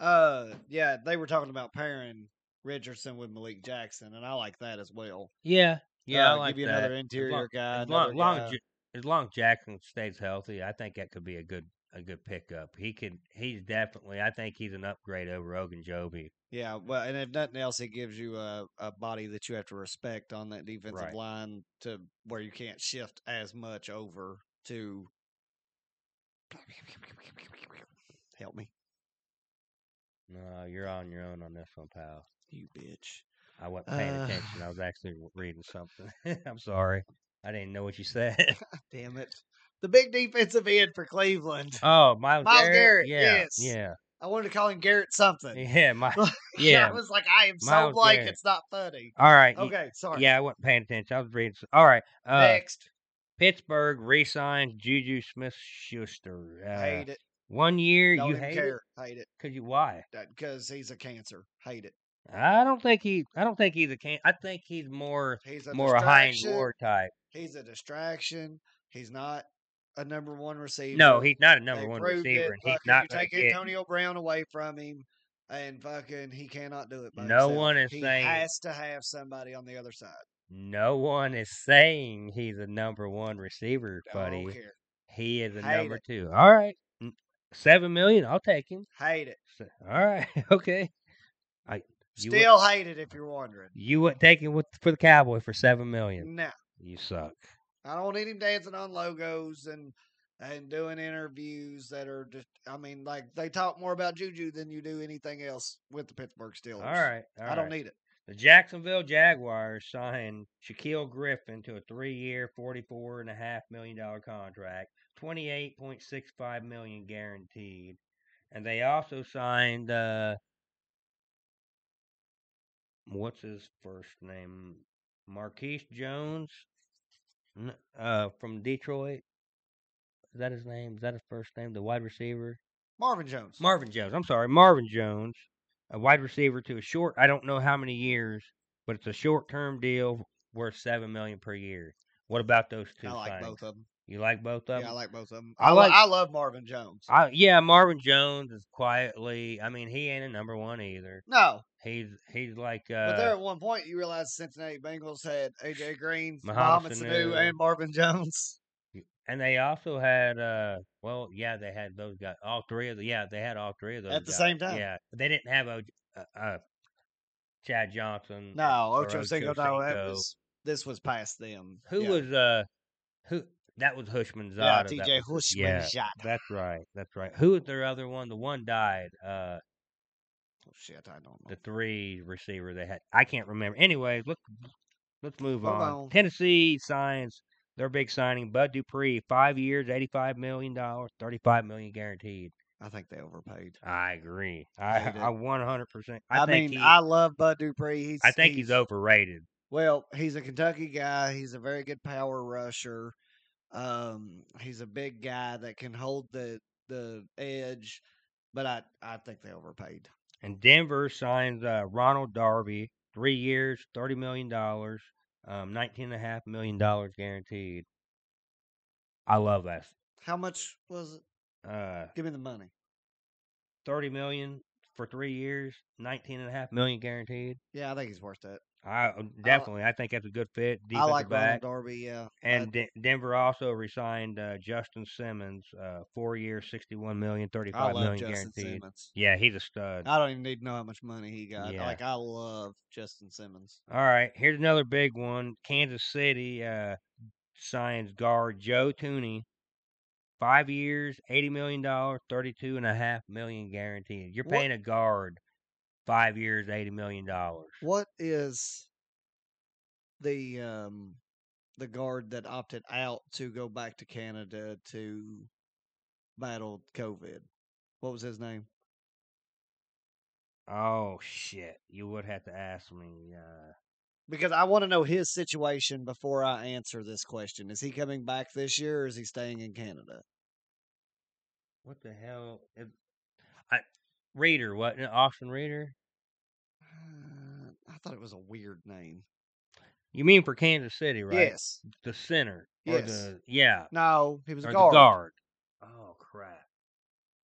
uh, yeah, they were talking about pairing Richardson with Malik Jackson, and I like that as well. Yeah, yeah, uh, I like give you that. another interior long- guy. as long, another long guy. as Ja- as long as Jackson stays healthy, I think that could be a good a good pickup. He could. He's definitely. I think he's an upgrade over Ogunjobi. Yeah, well, and if nothing else, it gives you a, a body that you have to respect on that defensive Right. line to where you can't shift as much over to. Help me, No, you're on your own on this one, pal. you bitch. I wasn't paying Uh. attention. I was actually reading something. I'm sorry. I didn't know what you said. Damn it. The big defensive end for Cleveland. oh, Miles, Miles Garrett. Garrett, Yeah, yes. yeah, I wanted to call him Garrett something. yeah. My, I yeah. was like, I am so Miles blank, Garrett. it's not funny. All right. y- Okay, sorry. Yeah, I wasn't paying attention. I was reading. s- All right. Uh, Next. Pittsburgh re-signs Juju Smith-Schuster. Uh, hate it. One year Don't you even hate care. it Hate it. because you why? Because he's a cancer. Hate it. I don't think he. I don't think he's a can. I think he's more He's a more a Heinz distraction. Ward type. He's a distraction. He's not a number one receiver. No, he's not a number They one proved it. receiver, and he's Fucking not you gonna take get. Antonio Brown away from him, and fucking he cannot do it. By No himself. one is he saying- has to have somebody on the other side. No one is saying he's a number one receiver, buddy. Don't care. He is a Hate number it. two. All right, N- seven million. I'll take him. Hate it. S- All right, okay. You would- Still hate it if you're wondering. You would take him with for the Cowboy for seven million. No, You suck. I don't need him dancing on logos and and doing interviews that are just. I mean, like they talk more about Juju than you do anything else with the Pittsburgh Steelers. All right, all I don't right. need it. The Jacksonville Jaguars signed Shaquille Griffin to a three-year, forty-four and a half million dollar contract, twenty-eight point six five million guaranteed, and they also signed uh, what's his first name, Marquise Jones, n- uh, from Detroit. Is that his name? Is that his first name? The wide receiver. Marvin Jones. Marvin Jones. I'm sorry, Marvin Jones, a wide receiver to a short. I don't know how many years but it's a short term deal worth seven million per year. What about those two? I like signings? both of them. You like both of yeah, I them? like both of them. Um, I I, like- like. I love Marvin Jones. I- yeah, Marvin Jones is quietly. I mean, he ain't a number one either. no, He's he's like but there uh, at one point you realized Cincinnati Bengals had AJ Green, Mohamed Mohamed Sanu, Sanu. and Marvin Jones. and they also had uh, well, yeah, they had those guys. All three of the yeah, they had all three of those At the guys. same time. Yeah, but they didn't have a uh, uh, Chad Johnson. No, or Ocho Cinco. No, that Cinco. was this was past them. Who yeah. was uh, who? That was Hushman Yeah, Zada. TJ Hushman. Yeah. That's right. That's right. Who was their other one? The one died. Uh, Oh, shit, I don't know. the three receiver they had. I can't remember. Anyway, look, let's move Move on. on. Tennessee signs their big signing, Bud Dupree, five years, eighty-five million dollars, thirty-five million guaranteed. I think they overpaid. I agree. I They did. I one hundred percent. I, I, think mean, he, I love Bud Dupree. He's, I think he's overrated. Well, he's a Kentucky guy. He's a very good power rusher. Um, he's a big guy that can hold the the edge, but I I think they overpaid. And Denver signs uh, Ronald Darby, three years, thirty million dollars, um, nineteen and a half million dollars guaranteed. I love that. How much was it? Uh, Give me the money. 30 million for three years, 19 and a half million guaranteed. Yeah, I think he's worth it. I uh, definitely, I think that's a good fit. I Defensive like back. Ronald Darby. Yeah, and De- Denver also resigned uh, Justin Simmons, uh, four years, 61 million, I 35 love million Justin guaranteed. Simmons. Yeah, he's a stud. I don't even need to know how much money he got. Yeah. Like I love Justin Simmons. All right, here's another big one. Kansas City uh, signs guard Joe Tooney. Five years, eighty million dollars, thirty-two and a half million guaranteed. You're What- paying a guard five years, eighty million dollars. What is the um the guard that opted out to go back to Canada to battle COVID? What was his name? Oh shit! You would have to ask me. Uh, Because I want to know his situation before I answer this question. Is he coming back this year or is he staying in Canada? what the hell? It, I, Reader, what? Austin Reader? Uh, I thought it was a weird name. You mean for Kansas City, right? Yes. The center. Or Yes. The, yeah. No, he was or a the guard. guard. Oh crap.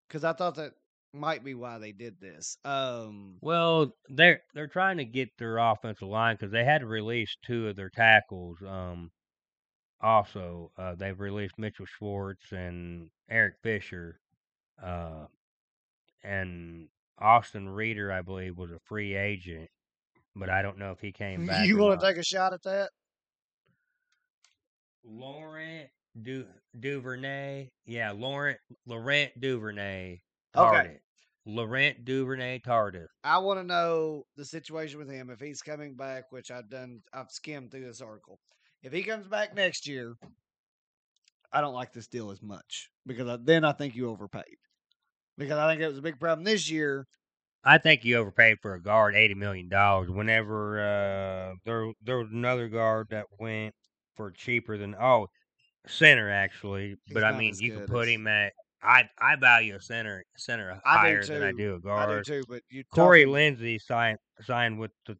Because I thought that might be why they did this. Um, Well, they're they're trying to get their offensive line because they had to release two of their tackles. Um, also, uh, they've released Mitchell Schwartz and Eric Fisher, uh, and Austin Reeder, I believe, was a free agent, but I don't know if he came back. you or want not. to take a shot at that? Laurent du- Duvernay? Yeah, Laurent Laurent Duvernay Okay. Tardif. Laurent Duvernay Tardif. I want to know the situation with him if he's coming back, which I've done. I've skimmed through this article. If he comes back next year, I don't like this deal as much because I, then I think you overpaid. Because I think it was a big problem this year. I think you overpaid for a guard eighty million dollars. Whenever uh, there there was another guard that went for cheaper than oh center actually, He's but I not mean as you could good put as- him at I I value a center center I do higher than I too. do a I do guard. too, but you Corey talking- Lindsey signed signed with the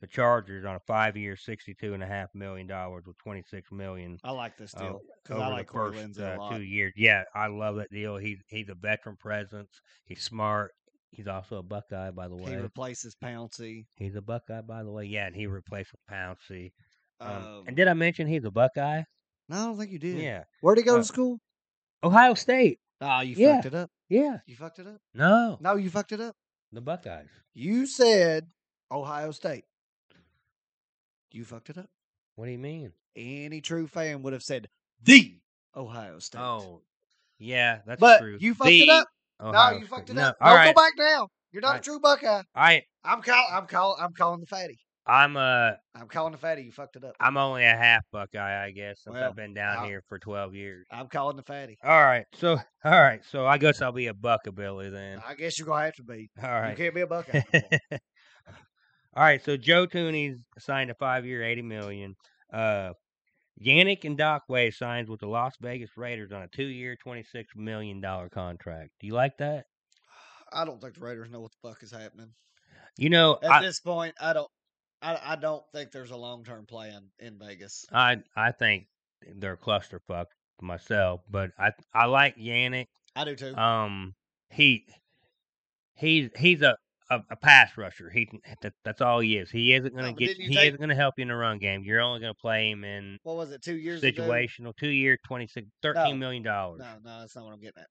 the Chargers on a five year sixty two and a half million dollars with twenty six million I like this uh, deal because over I like the Corey first Lindsey uh, a lot. two years. Yeah, I love that deal. He's he's a veteran presence. He's smart. He's also a Buckeye, by the way. He replaces Pouncey. He's a Buckeye, by the way. Yeah, and he replaced Pouncey. Um, Um, and did I mention he's a Buckeye? no, I don't think you Yeah. did. Where'd he go Uh, to school? Ohio State. Ah, you yeah. fucked it up. Yeah. You fucked it up. No, No, you fucked it up. the Buckeyes. You said Ohio State. You fucked it up. What do you mean? Any true fan would have said the Ohio State. Oh, yeah, that's but true. you fucked it up. Ohio no, you fucked State. it No, up. No, All right, go back now. You're not I- a true Buckeye. I I'm call. I'm call. I'm calling the fatty. I'm uh I'm calling the fatty. You fucked it up. I'm only a half Buckeye, I guess, since Well, I've been down I'll- here for twelve years. I'm calling the fatty. All right, so all right, so I guess I'll be a Buckabilly then. I guess you're gonna have to be. All right. You can't be a Buckeye. no more. All right, so Joe Tooney's signed a five-year, eighty million. Uh, Yannick and Dockway signs with the Las Vegas Raiders on a two-year, twenty-six million dollar contract. Do you like that? I don't think the Raiders know what the fuck is happening You know, at I, this point. I don't. I, I don't think there's a long term plan in Vegas. I I think they're clusterfuck myself, but I I like Yannick. I do too. Um, he he's he's a, a, a pass rusher. He can- that, that's all he is. He isn't No, going Oh, but to get. didn't you He take- isn't going to help you in the run game. You're only going to play him in what was it? Two years ago. situational two year 26 No. thirteen million dollars. No, no, that's not what I'm getting at.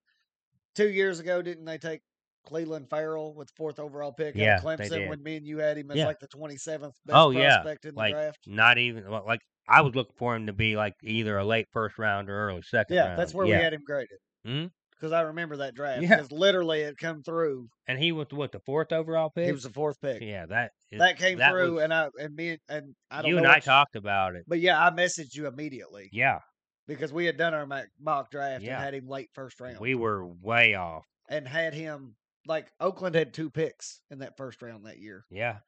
Two years ago, didn't they take Cleveland Farrell with the fourth overall pick Yeah, out of they Clemson did. when me and you had him as Yeah. like the 27th best Oh, yeah, prospect in the like, draft? Not even well, like I was looking for him to be like either a late first round or early second. Yeah, round. that's where yeah. we had him graded. Mhm. Because I remember that draft. Yeah. Because literally it come through. And he was what the fourth overall pick. He was the fourth pick. yeah, that is, that came that through, was- and I and me and- and I don't you know. and I what- talked about it. but yeah, I messaged you immediately Yeah, because we had done our mock- mock draft Yeah. and had him late first round. we were way off. and had him like Oakland had two picks in that first round that year. Yeah.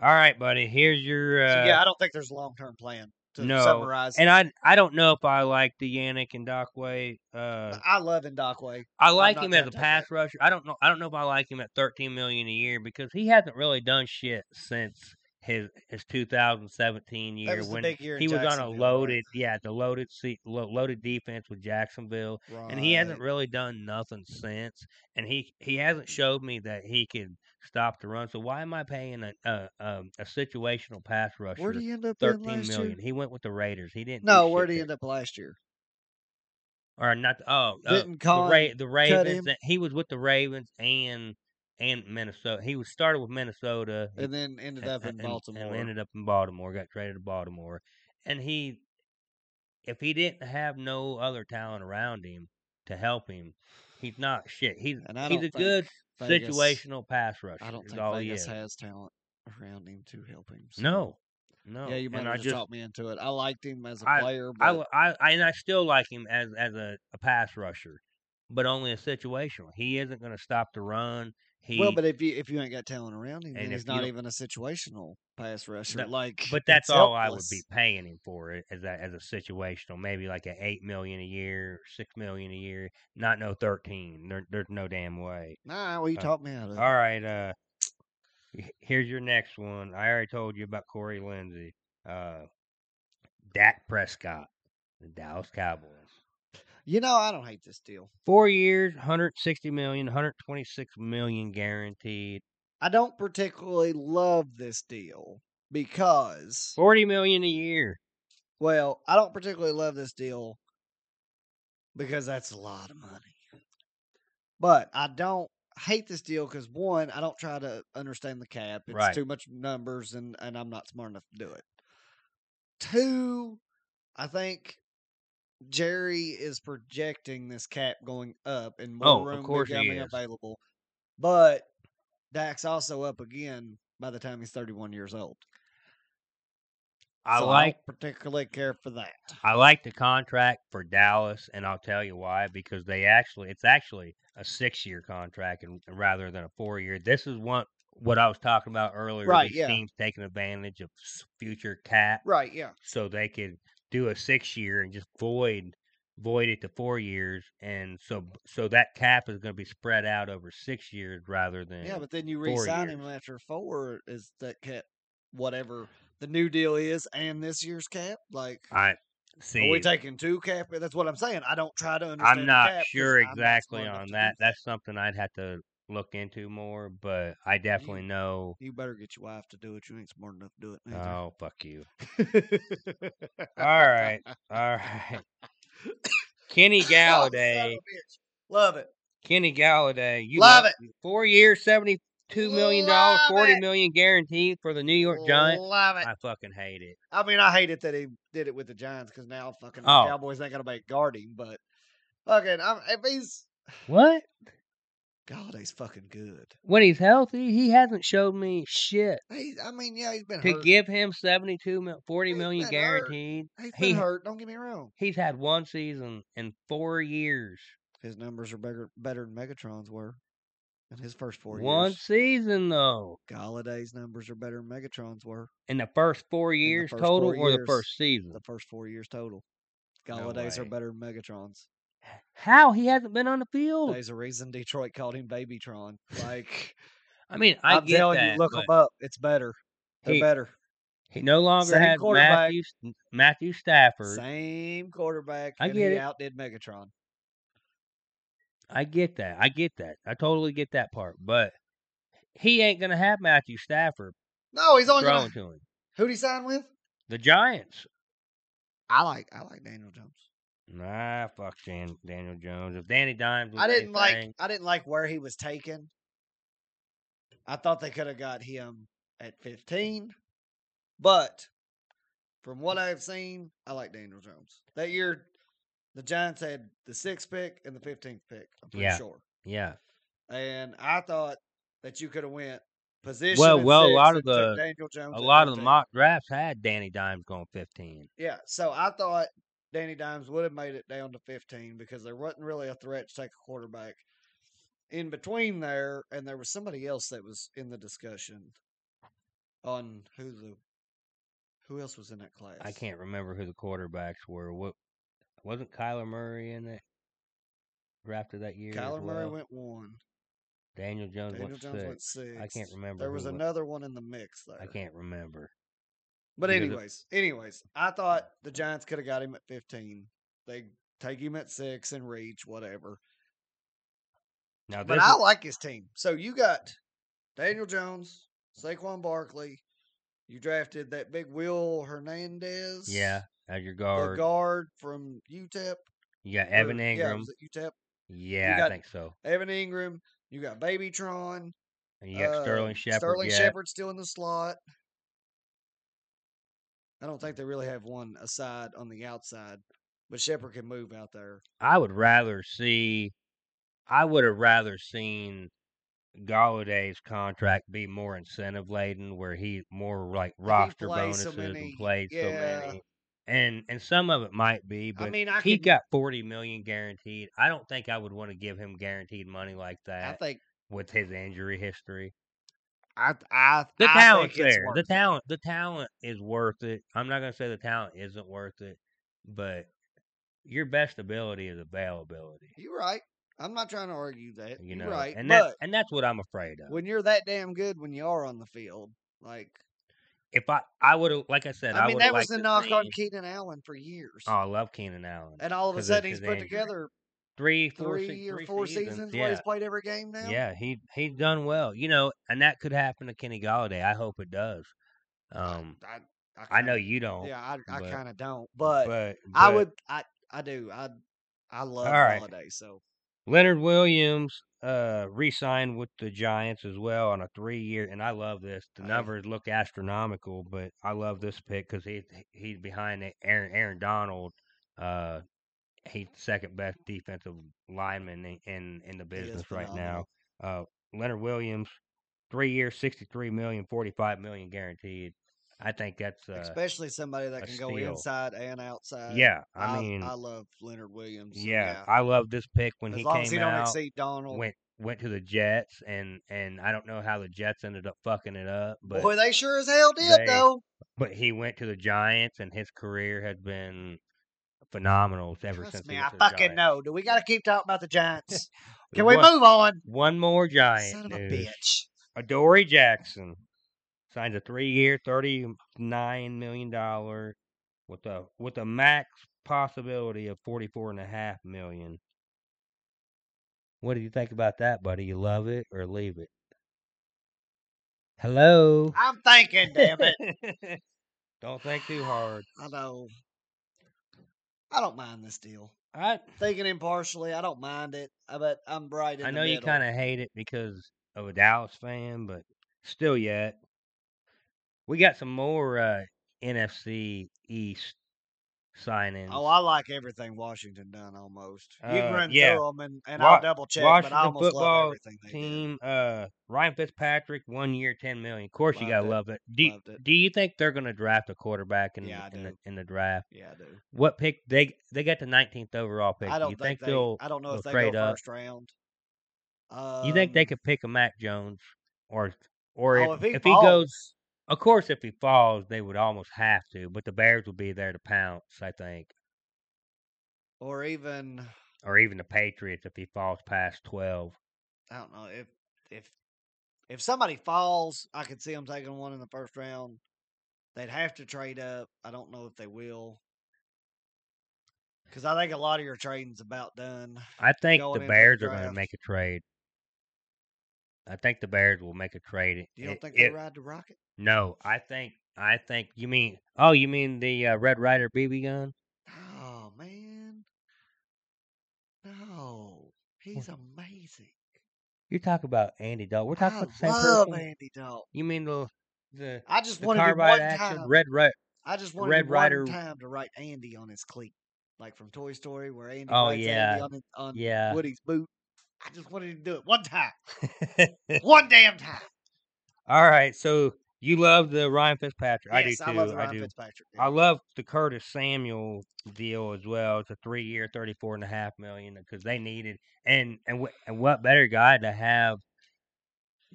All right, buddy. Here's your. Uh, so yeah, I don't think there's a long term plan to no. summarize. and I I don't know if I like the Yannick and Dockway. Uh, I, I love Ndakwe. I like not him as down a to that. pass rusher. I don't know. I don't know if I like him at 13 million a year because he hasn't really done shit since his his 2017 year That was the when big year in he was on a Jacksonville, right? loaded, yeah, the loaded se- lo- loaded defense with Jacksonville, and he hasn't Right. really done nothing since. And he he hasn't showed me that he can stop the run. So why am I paying a a, um, a situational pass rusher Where did he end up? in 13 last million? Year? He went with the Raiders. He didn't. do No, shit where did he there. end up last year? Or not? Oh, uh, Didn't Colin? the, Ra- the Ravens. him? and- He was with the Ravens and and Minnesota. He was started with Minnesota and then ended and- up in and- Baltimore. And ended up in Baltimore. Got traded to Baltimore. And he, if he didn't have no other talent around him to help him, he's not shit. He's And I he's a don't good Vegas- situational pass rusher. I don't is think all he Vegas is. has talent around him to help him. so- No, no. Yeah, you might and have I just, talked me into it. I liked him as a I- player, but I, li- I, I, and I still like him as as a, a pass rusher, but only a situational. He isn't going to stop the run. He, well, but if you if you ain't got talent around him, then And he's if you not don't- even a situational pass rusher. That- like, but it's that's all I would helpless. be paying him for it as a, as a situational, maybe like a eight million a year, six million a year, not no thirteen. There, there's no damn way. Nah, well, you Uh, talked me out of. it. All right, uh, h- here's your next one. I already told you about Corey Lindsey, uh, Dak Prescott, the Dallas Cowboys. You know, I don't hate this deal. Four years, 160 million, 126 million guaranteed. I don't particularly love this deal because, 40 million a year. well, I don't particularly love this deal because that's a lot of money. But I don't hate this deal because one, I don't try to understand the cap. It's Right. too much numbers, and and I'm not smart enough to do it. Two, I think Jerry is projecting this cap going up and more Oh, of room course he becoming is. available. But Dak's also up again by the time he's 31 years old. I So like don't particularly care for that. I like the contract for Dallas, and I'll tell you why. Because they actually, it's actually a six-year contract, and rather than a four-year. This is one what I was talking about earlier. Right, These yeah. teams taking advantage of s- future cap, Right? Yeah. so they could do a six-year and just void void it to four years, and so so that cap is going to be spread out over six years rather than Yeah, but then you four re-sign him years. after four. Is that cap? Whatever the new deal is, and this year's cap. Like, I see. are we taking two cap? That's what I'm saying. I don't try to understand. I'm the cap not 'cause sure I'm not exactly smart enough on to do that. That's something I'd have to look into more, but Mm-hmm. I definitely know. You better get your wife to do it. You ain't smart enough to do it. neither. Oh, fuck you. All right. All right. Kenny Oh, son of a Galladay. bitch. Love it. Kenny Galladay. You Love lo- Four years, $72 million, Love $40 it. million guaranteed for the New York Giants. Love it. I fucking hate it. I mean, I hate it that he did it with the Giants because now fucking the Oh. Cowboys ain't gonna be guarding. But fucking, I'm, if he's What? Galladay's fucking good. When he's healthy, he hasn't showed me shit. He, I mean, yeah, he's been To hurt. give him 72 mil- 40 He's million been Uh-huh. hurt. guaranteed. he's been he- hurt. Don't get me wrong. He's had one season in four years. His numbers are better better than Megatron's were in his first four one years. season though. Galladay's numbers are better than Megatron's were In the first four the years first total four or the years. first season? the first four years total. No Galladay's are way. better than Megatron's. How he hasn't been on the field? There's a reason Detroit called him Babytron. Like I mean, I am get telling that. you, look but them up. It's better. They're he, better. he no longer Same has quarterback. Matthew Matthew Stafford. Same quarterback. I and get he it. outdid Megatron. I get that. I get that. I totally get that part. But he ain't gonna have Matthew Stafford No, he's only thrown going. to him. Who'd he sign with? The Giants. I like I like Daniel Jones. Nah, fuck Dan, Daniel Jones. If Danny Dimes, was I didn't like anything- I didn't like where he was taken. I thought they could have got him at 15, but from what I've seen, I like Daniel Jones. That year, the Giants had the sixth pick and the 15th pick. I'm pretty Yeah. sure, Yeah, and I thought that you could have went position. Well, and well, a six lot of and the- took Daniel Jones a at lot of the 15. mock drafts had Danny Dimes going fifteen. Yeah, so I thought Danny Dimes would have made it down to 15 because there wasn't really a threat to take a quarterback. In between there, and there was somebody else that was in the discussion on Hulu. Who else was in that class? I can't remember who the quarterbacks were. What wasn't Kyler Murray in it? Drafted that year. as Kyler Murray well? went one. Daniel Jones Daniel went Jones six. went six. I can't remember. There who was went- another one in the mix there. I can't remember. But Because of- anyways, anyways, I thought the Giants could have got him at fifteen. They take him at six and reach whatever. Now this But I is- like his team. So you got Daniel Jones, Saquon Barkley. You drafted that big Will Hernandez. yeah, as your The guard, guard from UTEP. you got or- Evan Yeah, Ingram. was it UTEP? Yeah, I got- think so. Evan Ingram. You got Babytron. And you got Sterling um, Shepard. Sterling yeah. Shepard still in the slot. I don't think they really have one aside on the outside, but Shepard can move out there. I would rather see. I would have rather seen Galladay's contract be more incentive laden, where he more like roster plays bonuses so many, and played so yeah. many. And and some of it might be, but I mean, I he could, got forty million guaranteed. I don't think I would want to give him guaranteed money like I that think with his injury history. I I The I talent's think it's there. The worth it. talent, the talent is worth it. I'm not gonna say the talent isn't worth it, but your best ability is availability. You're right. I'm not trying to argue that. You You know, are right. and that's but and that's what I'm afraid of. when you're that damn good when you are on the field, like If I I would have, like I said, I, I mean, would have that liked was the to knock on see- Keenan Allen for years, Oh, I love Keenan Allen. and all of a 'cause of sudden he's his put injury. together Three, four, three six, or three four seasons. seasons, where Yeah, he's played every game now. yeah, he he's done well. You know, and that could happen to Kenny Galladay. I hope it does. Um, I, I know kinda- you don't. Yeah, I, I but- kind of don't, but, but, I but would. I I do. I I love right. Holiday. So Leonard Williams uh re-signed with the Giants as well on a three-year, and I love this. The Hey. numbers look astronomical, but I love this pick because he he's behind Aaron Aaron Donald. Uh, he's the second best defensive lineman in in, in the is business right now. phenomenal. Uh, Leonard Williams, three years, sixty-three million, forty-five million guaranteed. I think that's uh, especially somebody that a can go steal. inside and outside. yeah. I, mean, I love Leonard Williams. so yeah, I love this pick when as he long came as he out don't exceed Donald, went went to the Jets, and and I don't know how the Jets ended up fucking it up, but boy, they sure as hell did they- though. but he went to the Giants, and his career has been phenomenal ever Trust since. me, he I went to the fucking Giants. know. Do we got to keep talking about the Giants? Can we One- move on? One more Giant Son of a news. bitch. Adoree Jackson signs a three-year, thirty-nine million dollar with a with a max possibility of forty-four and a half million. What do you think about that, buddy? You love it or leave it? Hello. I'm thinking, Ah, damn it. Don't think too hard. I know. I don't mind this deal. I Thinking impartially, I don't mind it. I bet I'm right. In I the know you middle. kind of hate it because of a Dallas fan, but still yet. We got some more uh, NFC East sign-ins. Oh, I like everything Washington done almost. You can Uh, run yeah. through them and, and Wa- I'll double check, but I Washington almost football love everything they did. Team uh, Ryan Fitzpatrick, one year, ten million. Of course, you Loved gotta it. love it. Do, y- Loved it. do you think they're gonna draft a quarterback in, Yeah, I in the do. in the draft? Yeah, I do. What pick they they got the nineteenth overall pick? I Do don't you think, they. they'll? I don't know they'll if they trade go up? first round. Um, You think they could pick a Mac Jones, or or oh, if, if he, if he goes, falls, of course, if he falls, they would almost have to. But the Bears would be there to pounce, I think, or even or even the Patriots if he falls past twelve. I don't know if if If somebody falls, I could see them taking one in the first round. They'd have to trade up. I don't know if they will. Because I think a lot of your trading's about done. I think Going the into the Bears are going to draft. make a trade. I think the Bears will make a trade. You don't It- think it- they ride the rocket? No, I think I think you mean. Oh, you mean the uh, Red Rider BB gun? Oh man, no, he's amazing. You talk about Andy Dalton. We're talking I about the same love person. Andy Dalton. You mean the the, I just the wanted him carbide one action time. Red Rider? I just wanted Red him Ryder- one time to write Andy on his cleat, like from Toy Story, where Andy Oh, writes yeah. Andy on, his, on Yeah. Woody's boot. I just wanted him to do it one time, one damn time. All right. So you love the Ryan Fitzpatrick. I do yes, too. I love the I Ryan do. Fitzpatrick. I love the Curtis Samuel deal as well. It's a three-year, thirty-four and a half million because they needed and and wh- and what better guy to have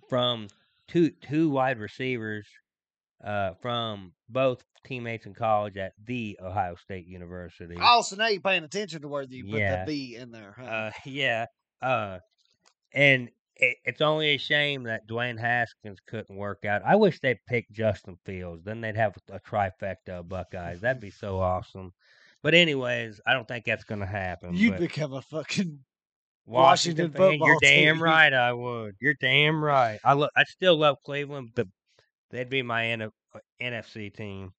from two two wide receivers uh, from both teammates in college at the Ohio State University. Oh, so now you're paying attention to where you put Yeah. that B in there, huh? Uh, yeah, uh, and it, it's only a shame that Dwayne Haskins couldn't work out. I wish they picked Justin Fields. Then they'd have a trifecta of Buckeyes. That'd be so awesome. But anyways, I don't think that's gonna happen. You'd but become a fucking Washington, Washington fan, you're football damn team. right. I would. You're damn right. I look. I still love Cleveland, but they'd be my N- NFC team.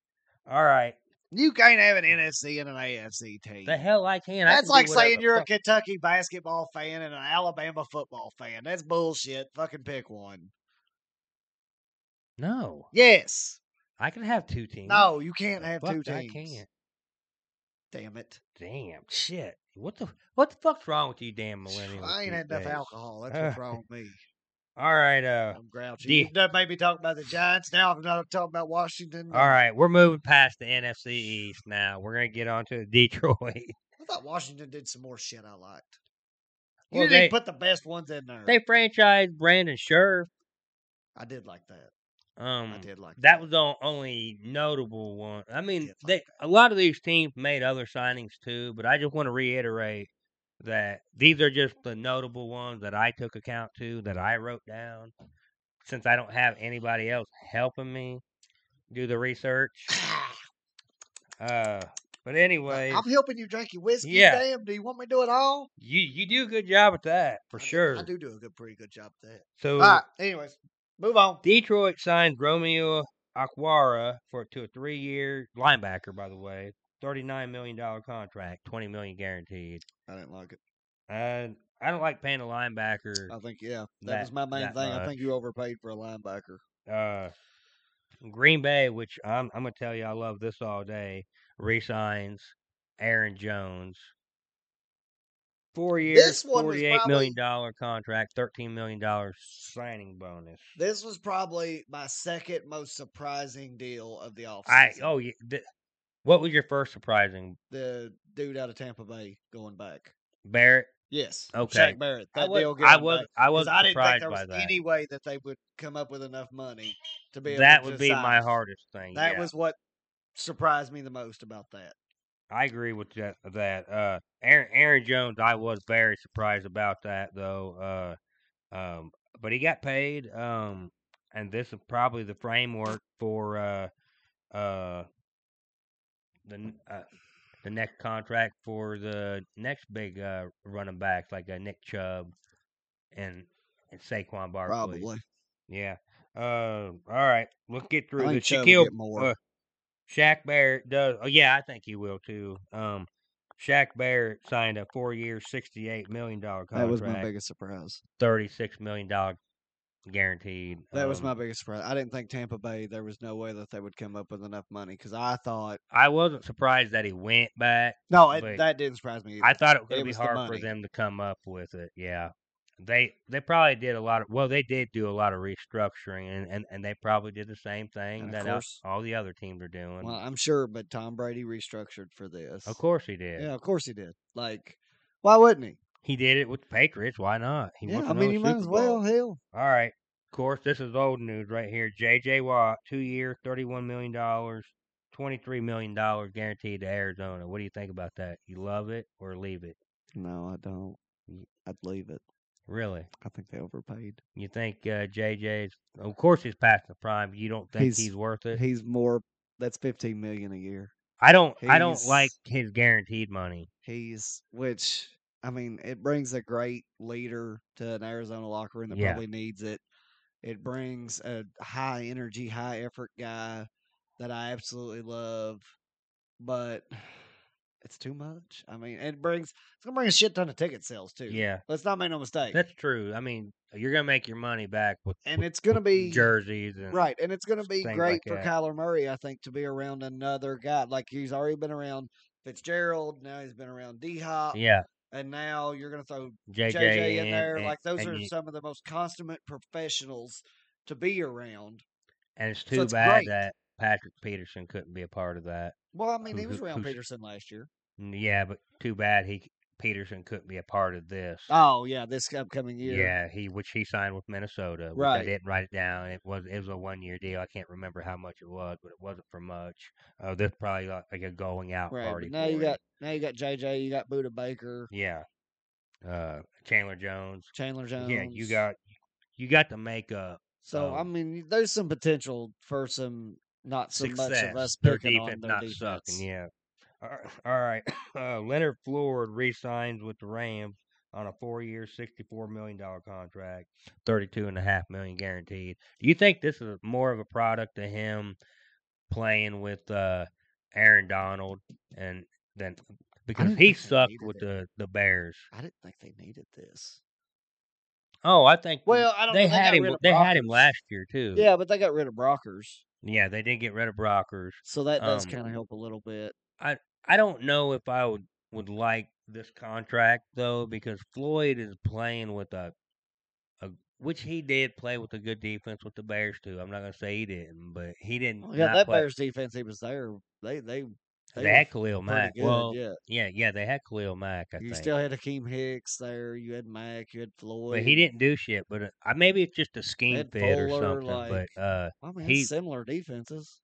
All right, You can't have an NFC and an AFC team. the hell I can. I That's can do like whatever saying the you're a fuck- Kentucky basketball fan and an Alabama football fan. That's bullshit. Fucking pick one. no. Yes. I can have two teams. No, you can't The have fuck two teams. I can't. Damn it. Damn shit. What the what the fuck's wrong with you, damn millennials? I ain't these had enough days? alcohol. That's what's wrong with me. All right, uh, I'm grouchy. Do you- You done made me talk about the Giants. Now I'm not talking about Washington. all right. We're moving past the NFC East now. We're gonna get on to Detroit. I thought Washington did some more shit I liked. You Well, didn't they, even put the best ones in there. they franchised Brandon Scherf. I did like that. Um, I did like that was the only notable one. I mean, did they, like a lot of these teams made other signings too, but I just want to reiterate that these are just the notable ones that I took account to that I wrote down since I don't have anybody else helping me do the research. Uh, but anyway, I'm helping you drink your whiskey. Yeah. Damn, do you want me to do it all? you you do a good job at that for I do- sure. I do do a good, pretty good job at that. So All right. Anyways, move on. Detroit signed Romeo Aquara for to a three year linebacker, by the way. Thirty nine million dollar contract, twenty million guaranteed. I didn't like it. And I don't like paying a linebacker. I think yeah, that, That- was my main that thing. I think you overpaid for a linebacker. Uh, Green Bay, which I'm I'm gonna tell you, I love this all day. Resigns Aaron Jones. Four years, This one was forty eight million dollar contract, thirteen million dollar signing bonus. This was probably my second most surprising deal of the offseason. I oh yeah. Th- what was your first surprising the dude out of Tampa Bay going back. Barrett? Yes. Okay. Shaq Barrett. That I was deal. I going was back. I 'Cause was I didn't think surprised there by was that. any way that they would come up with enough money to be. Able that to would be my sign. hardest thing. That yeah. was what surprised me the most about that. I agree with that. That uh, Aaron Aaron Jones, I was very surprised about that though. Uh, um, but he got paid. Um, and this is probably the framework for uh, uh, the n- uh, the next contract for the next big uh, running backs like uh, Nick Chubb and and Saquon Barkley. Probably. Yeah. Uh, all right. Let's get I through the think Chubb will Shaquille get more. uh, Shaq Barrett does. Oh yeah, I think he will too. Um, Shaq Barrett signed a four-year, sixty-eight million dollar contract, that was my biggest surprise. thirty-six million dollar guaranteed. That was Um, my biggest surprise. I didn't think Tampa Bay. There was no way that they would come up with enough money because I thought I wasn't surprised that he went back. no, it, But- that didn't surprise me. Either. I thought it was going It to be was the hard for money. them to come up with it. Yeah, they they probably did a lot of well, they did do a lot of restructuring, and and, and they probably did the same thing And of that o- course- all the other teams are doing. well, I'm sure, but Tom Brady restructured for this. of course he did. yeah, of course he did. Like, why wouldn't he? He did it with the Patriots. Why not? He wants yeah, I another mean, you might Super as Bowl. well. Hell, All right. Of course, this is old news right here. J.J. Watt, two year, $31 million, $23 million guaranteed to Arizona. What do you think about that? You love it or leave it? no, I don't. I'd leave it. Really? I think they overpaid. You think uh, JJ's? Of course, he's past the prime. You don't think he's, He's- worth it? He's more. That's fifteen million a year. I don't. I don't he's- like his guaranteed money. He's which I mean, it brings a great leader to an Arizona locker room that Yeah. probably needs it. It brings a high energy, high effort guy that I absolutely love, but it's too much. I mean, it brings it's gonna bring a shit ton of ticket sales too. Yeah, Let's not make no mistake. that's true. I mean, you're gonna make your money back with and with it's gonna be jerseys and Right, and it's going to be things great like for that. Kyler Murray, I think, to be around another guy. Like he's already been around Fitzgerald, now he's been around D Hop, Yeah, and now you're going to throw JJ, JJ, in and- there. and- like those and are you- some of the most consummate professionals to be around. And it's so too it's bad great. that Patrick Peterson couldn't be a part of that. Well, I mean, Who- he who- was around who's- Peterson last year. N- Yeah, but too bad he Peterson couldn't be a part of this. Oh yeah, this upcoming year. Yeah, he which he signed with Minnesota. Which I Right. didn't write it down. It was it was a one year deal. I can't remember how much it was, but it wasn't for much. Uh, this probably like, like a going out right. party. But now you for him. got now you got JJ, you got Buda Baker, yeah, uh, Chandler Jones. Chandler Jones. Yeah, you got you got the makeup. So I um, mean, there's some potential for some not so success. much of us their picking defense on their not defense. sucking. Yeah. Ar- All right. Uh, Leonard Floyd re-signs with the Rams on a four-year, sixty-four million dollar contract, thirty-two and a half million guaranteed. Do you think this is more of a product of him playing with uh, Aaron Donald and then because don't he think they sucked needed with it. the the Bears? I didn't think they needed this. Oh, I think Well, I don't. they know. had got him. rid of They had him Brockers. last year too. Yeah, but they got rid of Brockers, yeah, they did get rid of Brockers. so that does Um, kind of help a little bit. I don't know if I would would like this contract though because Floyd is playing with a a which he did play with a good defense with the Bears too. I'm not gonna say he didn't, but he didn't. Well, yeah, not that play. Bears defense, he was there. They they They, were had Khalil pretty Mack. good. well, yeah. yeah, yeah, They had Khalil Mack. I you think, still had Akeem Hicks there. You had Mack. You had Floyd. but he didn't do shit. But uh, I- maybe it's just a scheme Ed fit or Fuller, something. like- but uh, I mean, he- similar defenses.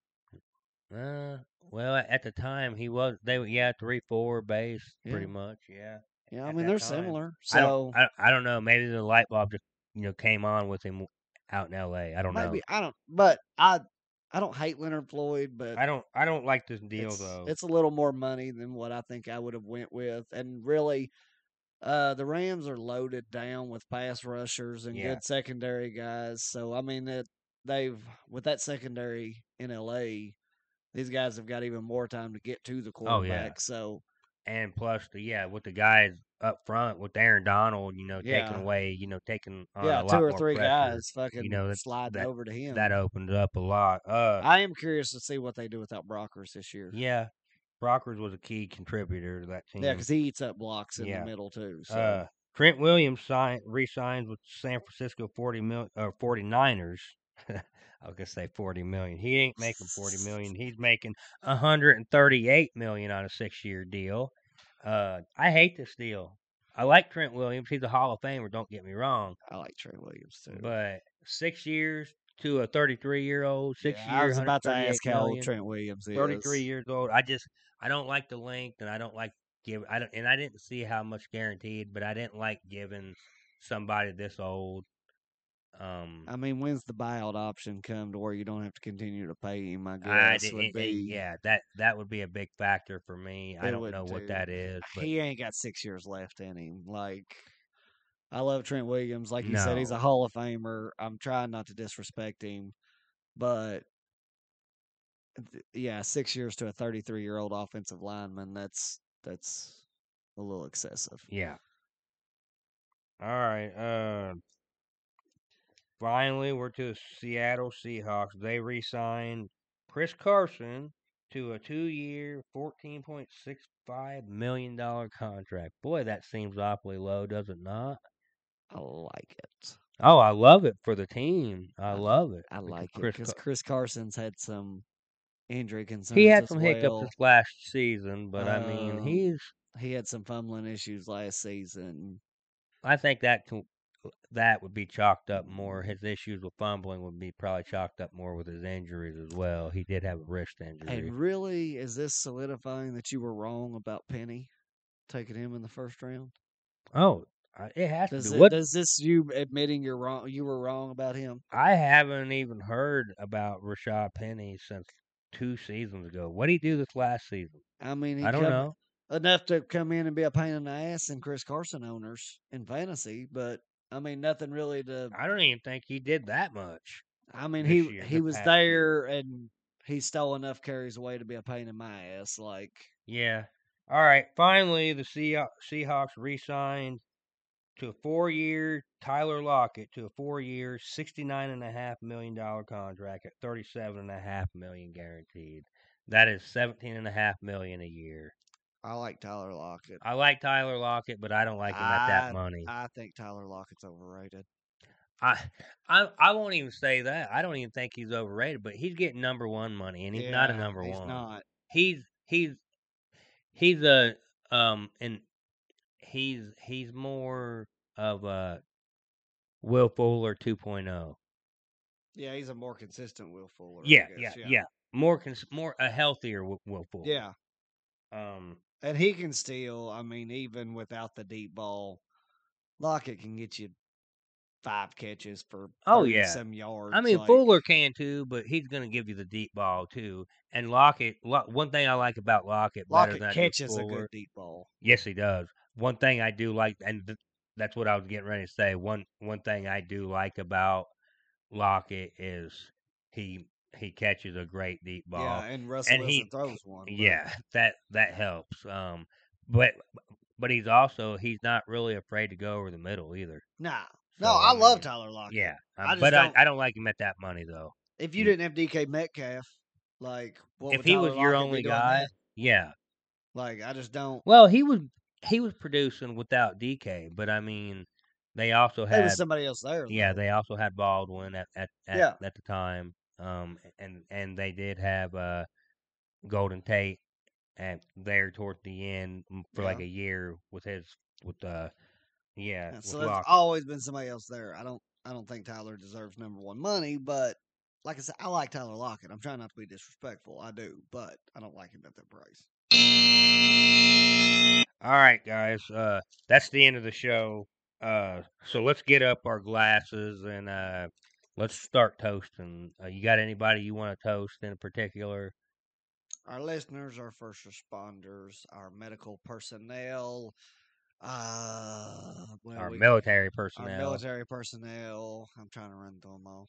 uh, well, a- at the time he was they were- yeah three four base Yeah. pretty much yeah. Yeah, I at mean that they're time, similar. I don't- So I, I don't know. Maybe the light bulb just you know came on with him out in L.A. I don't maybe I don't. But I I don't hate Leonard Floyd, but know. I don't. I don't like this deal it's, though. it's a little more money than what I think I would have went with, and really, uh, the Rams are loaded down with pass rushers and Yeah. good secondary guys. So I mean, it, they've with that secondary in LA, these guys have got even more time to get to the Oh, yeah. quarterback. So and plus, the, yeah, with the guys up front with Aaron Donald, you know, Yeah. taking away, you know, taking on yeah, Oh, a lot two or more three pressure, guys fucking know, that- sliding that- over to him. That uh, opens up a lot. Uh, I am curious to see what they do without Brockers this year. yeah, Brockers was a key contributor to that team. Yeah, because he eats up blocks in Yeah. the middle too. So uh, Trent Williams sign, re-signs with San Francisco 40 mil, uh, 49ers. I was gonna say 40 million. He ain't making 40 million. He's making 138 million on a six-year deal. Uh, I hate this deal. I like Trent Williams. He's a Hall of Famer. Don't get me wrong, I like Trey Williams too. but six years to a 33-year-old, Yeah, six I years, was about to ask how old million. Trent Williams is. 33 years old. I just I don't like the length, and I don't like give. I don't, and I didn't see how much guaranteed, but I didn't like giving somebody this old. Um, I mean, when's the buyout option come to where you don't have to continue to pay him? I guess I didn't. would it- it- be. yeah, that that would be a big factor for me. I It don't would know what too. that is, but he ain't got six years left in him. Like, I love Trent Williams. Like you said, he's No. a Hall of Famer. I'm trying not to disrespect him, but th- yeah, six years to a 33 year old offensive lineman. That's that's a little excessive. yeah. All right. Uh, finally, we're to the Seattle Seahawks. They re-signed Chris Carson to a two-year, fourteen point six five million dollar contract. Boy, that seems awfully low, does it not? I like it. Oh, I love it for the team. I I- love it. I because like it Chris because Car- Chris Carson's had some injury concerns. he had as some hiccups well. this last season, but I mean, Um, he's. he had some fumbling issues last season. I think that can, that would be chalked up more. His issues with fumbling would be probably chalked up more with his injuries as well. He did have a wrist injury. And really, is this solidifying that you were wrong about Penny taking him in the first round? Oh, I- It has to Does be. it, what does this you admitting you're wrong? You were wrong about him. I haven't even heard about Rashad Penny since two seasons ago. What did he do this last season? I mean, he I don't come- know. enough to come in and be a pain in the ass in Chris Carson owners in fantasy, but I mean, nothing really to. I don't even think he did that much. I mean, this he year, he the was past year. there and he stole enough carries away to be a pain in my ass. Like Yeah. All right. Finally, the Seah- Seahawks re-signed to a four-year Tyler Lockett to a four-year, sixty-nine and a half million dollar contract at thirty-seven and a half million guaranteed. That is seventeen and a half million a year. I like Tyler Lockett. I like Tyler Lockett, but I don't like him at that I- money. I think Tyler Lockett's overrated. I, I, I won't even say that. I don't even think he's overrated, but he's getting number one money, and he's not a Yeah, number he's one. Not. He's he's he's a um, and he's he's more of a Will Fuller oh, 2.0. Yeah, he's a more consistent Will Fuller. I Yeah, yeah, guess, yeah, More cons- more a healthier Will, Will Fuller. Yeah, Um. and he can steal. I mean, even without the deep ball, Lockett can get you five catches for Oh, 30 yeah. some yards. I mean, like- Fuller can too, but he's going to give you the deep ball too. And Lockett, Lo- one thing I like about Lockett better Lockett than I do catches a Fuller, good deep ball. Yes, he does. One thing I do like, and th- that's what I was getting ready to say. One one thing I do like about Lockett is he he catches a great deep ball. Yeah, and Russell and Wilson he- throws one. but Yeah, that that helps. Um, but but he's also he's not really afraid to go over the middle either. Nah. So, No, I, love mean, Tyler Lockett. Yeah, I um, just but I, don't- I don't like him at that money though. If you Mm. didn't have DK Metcalf, like what If would he Tyler was your Lockett be only doing guy, there? yeah. like I just don't. Well, he was he was producing without DK, but I mean, they also There had was somebody else there. Yeah, though. they also had Baldwin at at at, Yeah. at the time. Um, and and they did have uh, Golden Tate at there toward the end m- for like Yeah. a year with his with uh yeah Yeah, with So there's Lockett. always been somebody else there. I don't. I don't think Tyler deserves number one money, but like I said, I like Tyler Lockett. I'm trying not to be disrespectful. I do, but I don't like him at that price. All right, guys, uh, that's the end of the show. Uh, so let's get up our glasses and uh, let's start toasting. Uh, you got anybody you want to toast in particular? our listeners, our first responders, our medical personnel, uh, well, our we- military our personnel. military personnel. I'm trying to run through them all.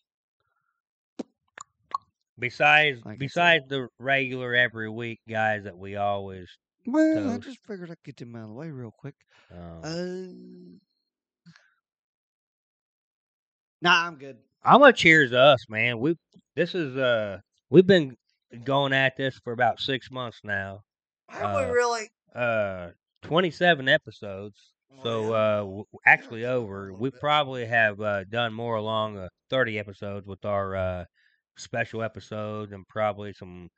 Besides, Like I said. besides the regular every week guys that we always Well, I Toast. just figured I'd get them out of the way real quick. um, Uh, nah, I'm good. I'm gonna cheers to us, man. We this is uh we've been going at this for about six months now. Have Uh, we really? Uh, 27 episodes. So Really? uh, w- actually it's a over. little We bit. probably have uh, done more along uh, 30 episodes with our uh, special episodes and probably some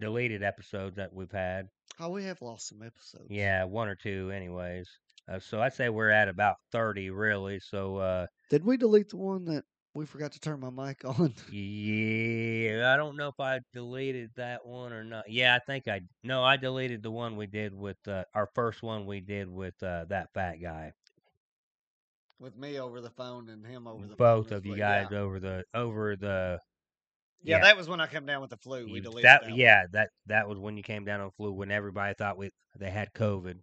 deleted episodes that we've had. Oh, we have lost some episodes. Yeah, one or two, anyways. Uh, so I'd say we're at about 30, really. So uh, Did we delete the one that we forgot to turn my mic on? yeah, I don't know if I deleted that one or not. Yeah, I think I no, I deleted the one we did with uh, our first one we did with uh, that fat guy. With me over the phone and him over the phone Both as of you well. guys Yeah. over the over the Yeah, yeah. that was when I come down with the flu. We you- deleted that, that. one. yeah that that was when you came down on flu when everybody thought we they had COVID.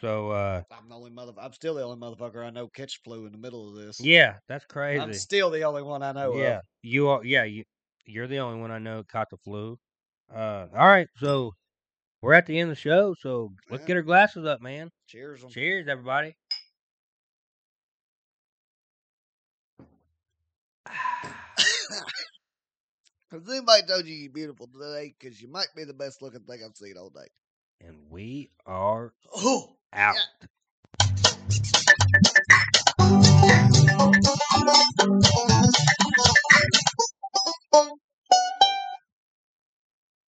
So uh, I'm the only mother. I'm still the only motherfucker I know catch flu in the middle of this. yeah, that's crazy. I'm still the only one I know. yeah, Of. you are. Yeah, you you're the only one I know caught the flu. Uh, all right, so we're at the end of the show, so let's Yeah. get our glasses up, man. Cheers. 'em. Cheers, everybody. Has anybody told you you're beautiful today? Because you might be the best looking thing I've seen all day. And we are Oh. out.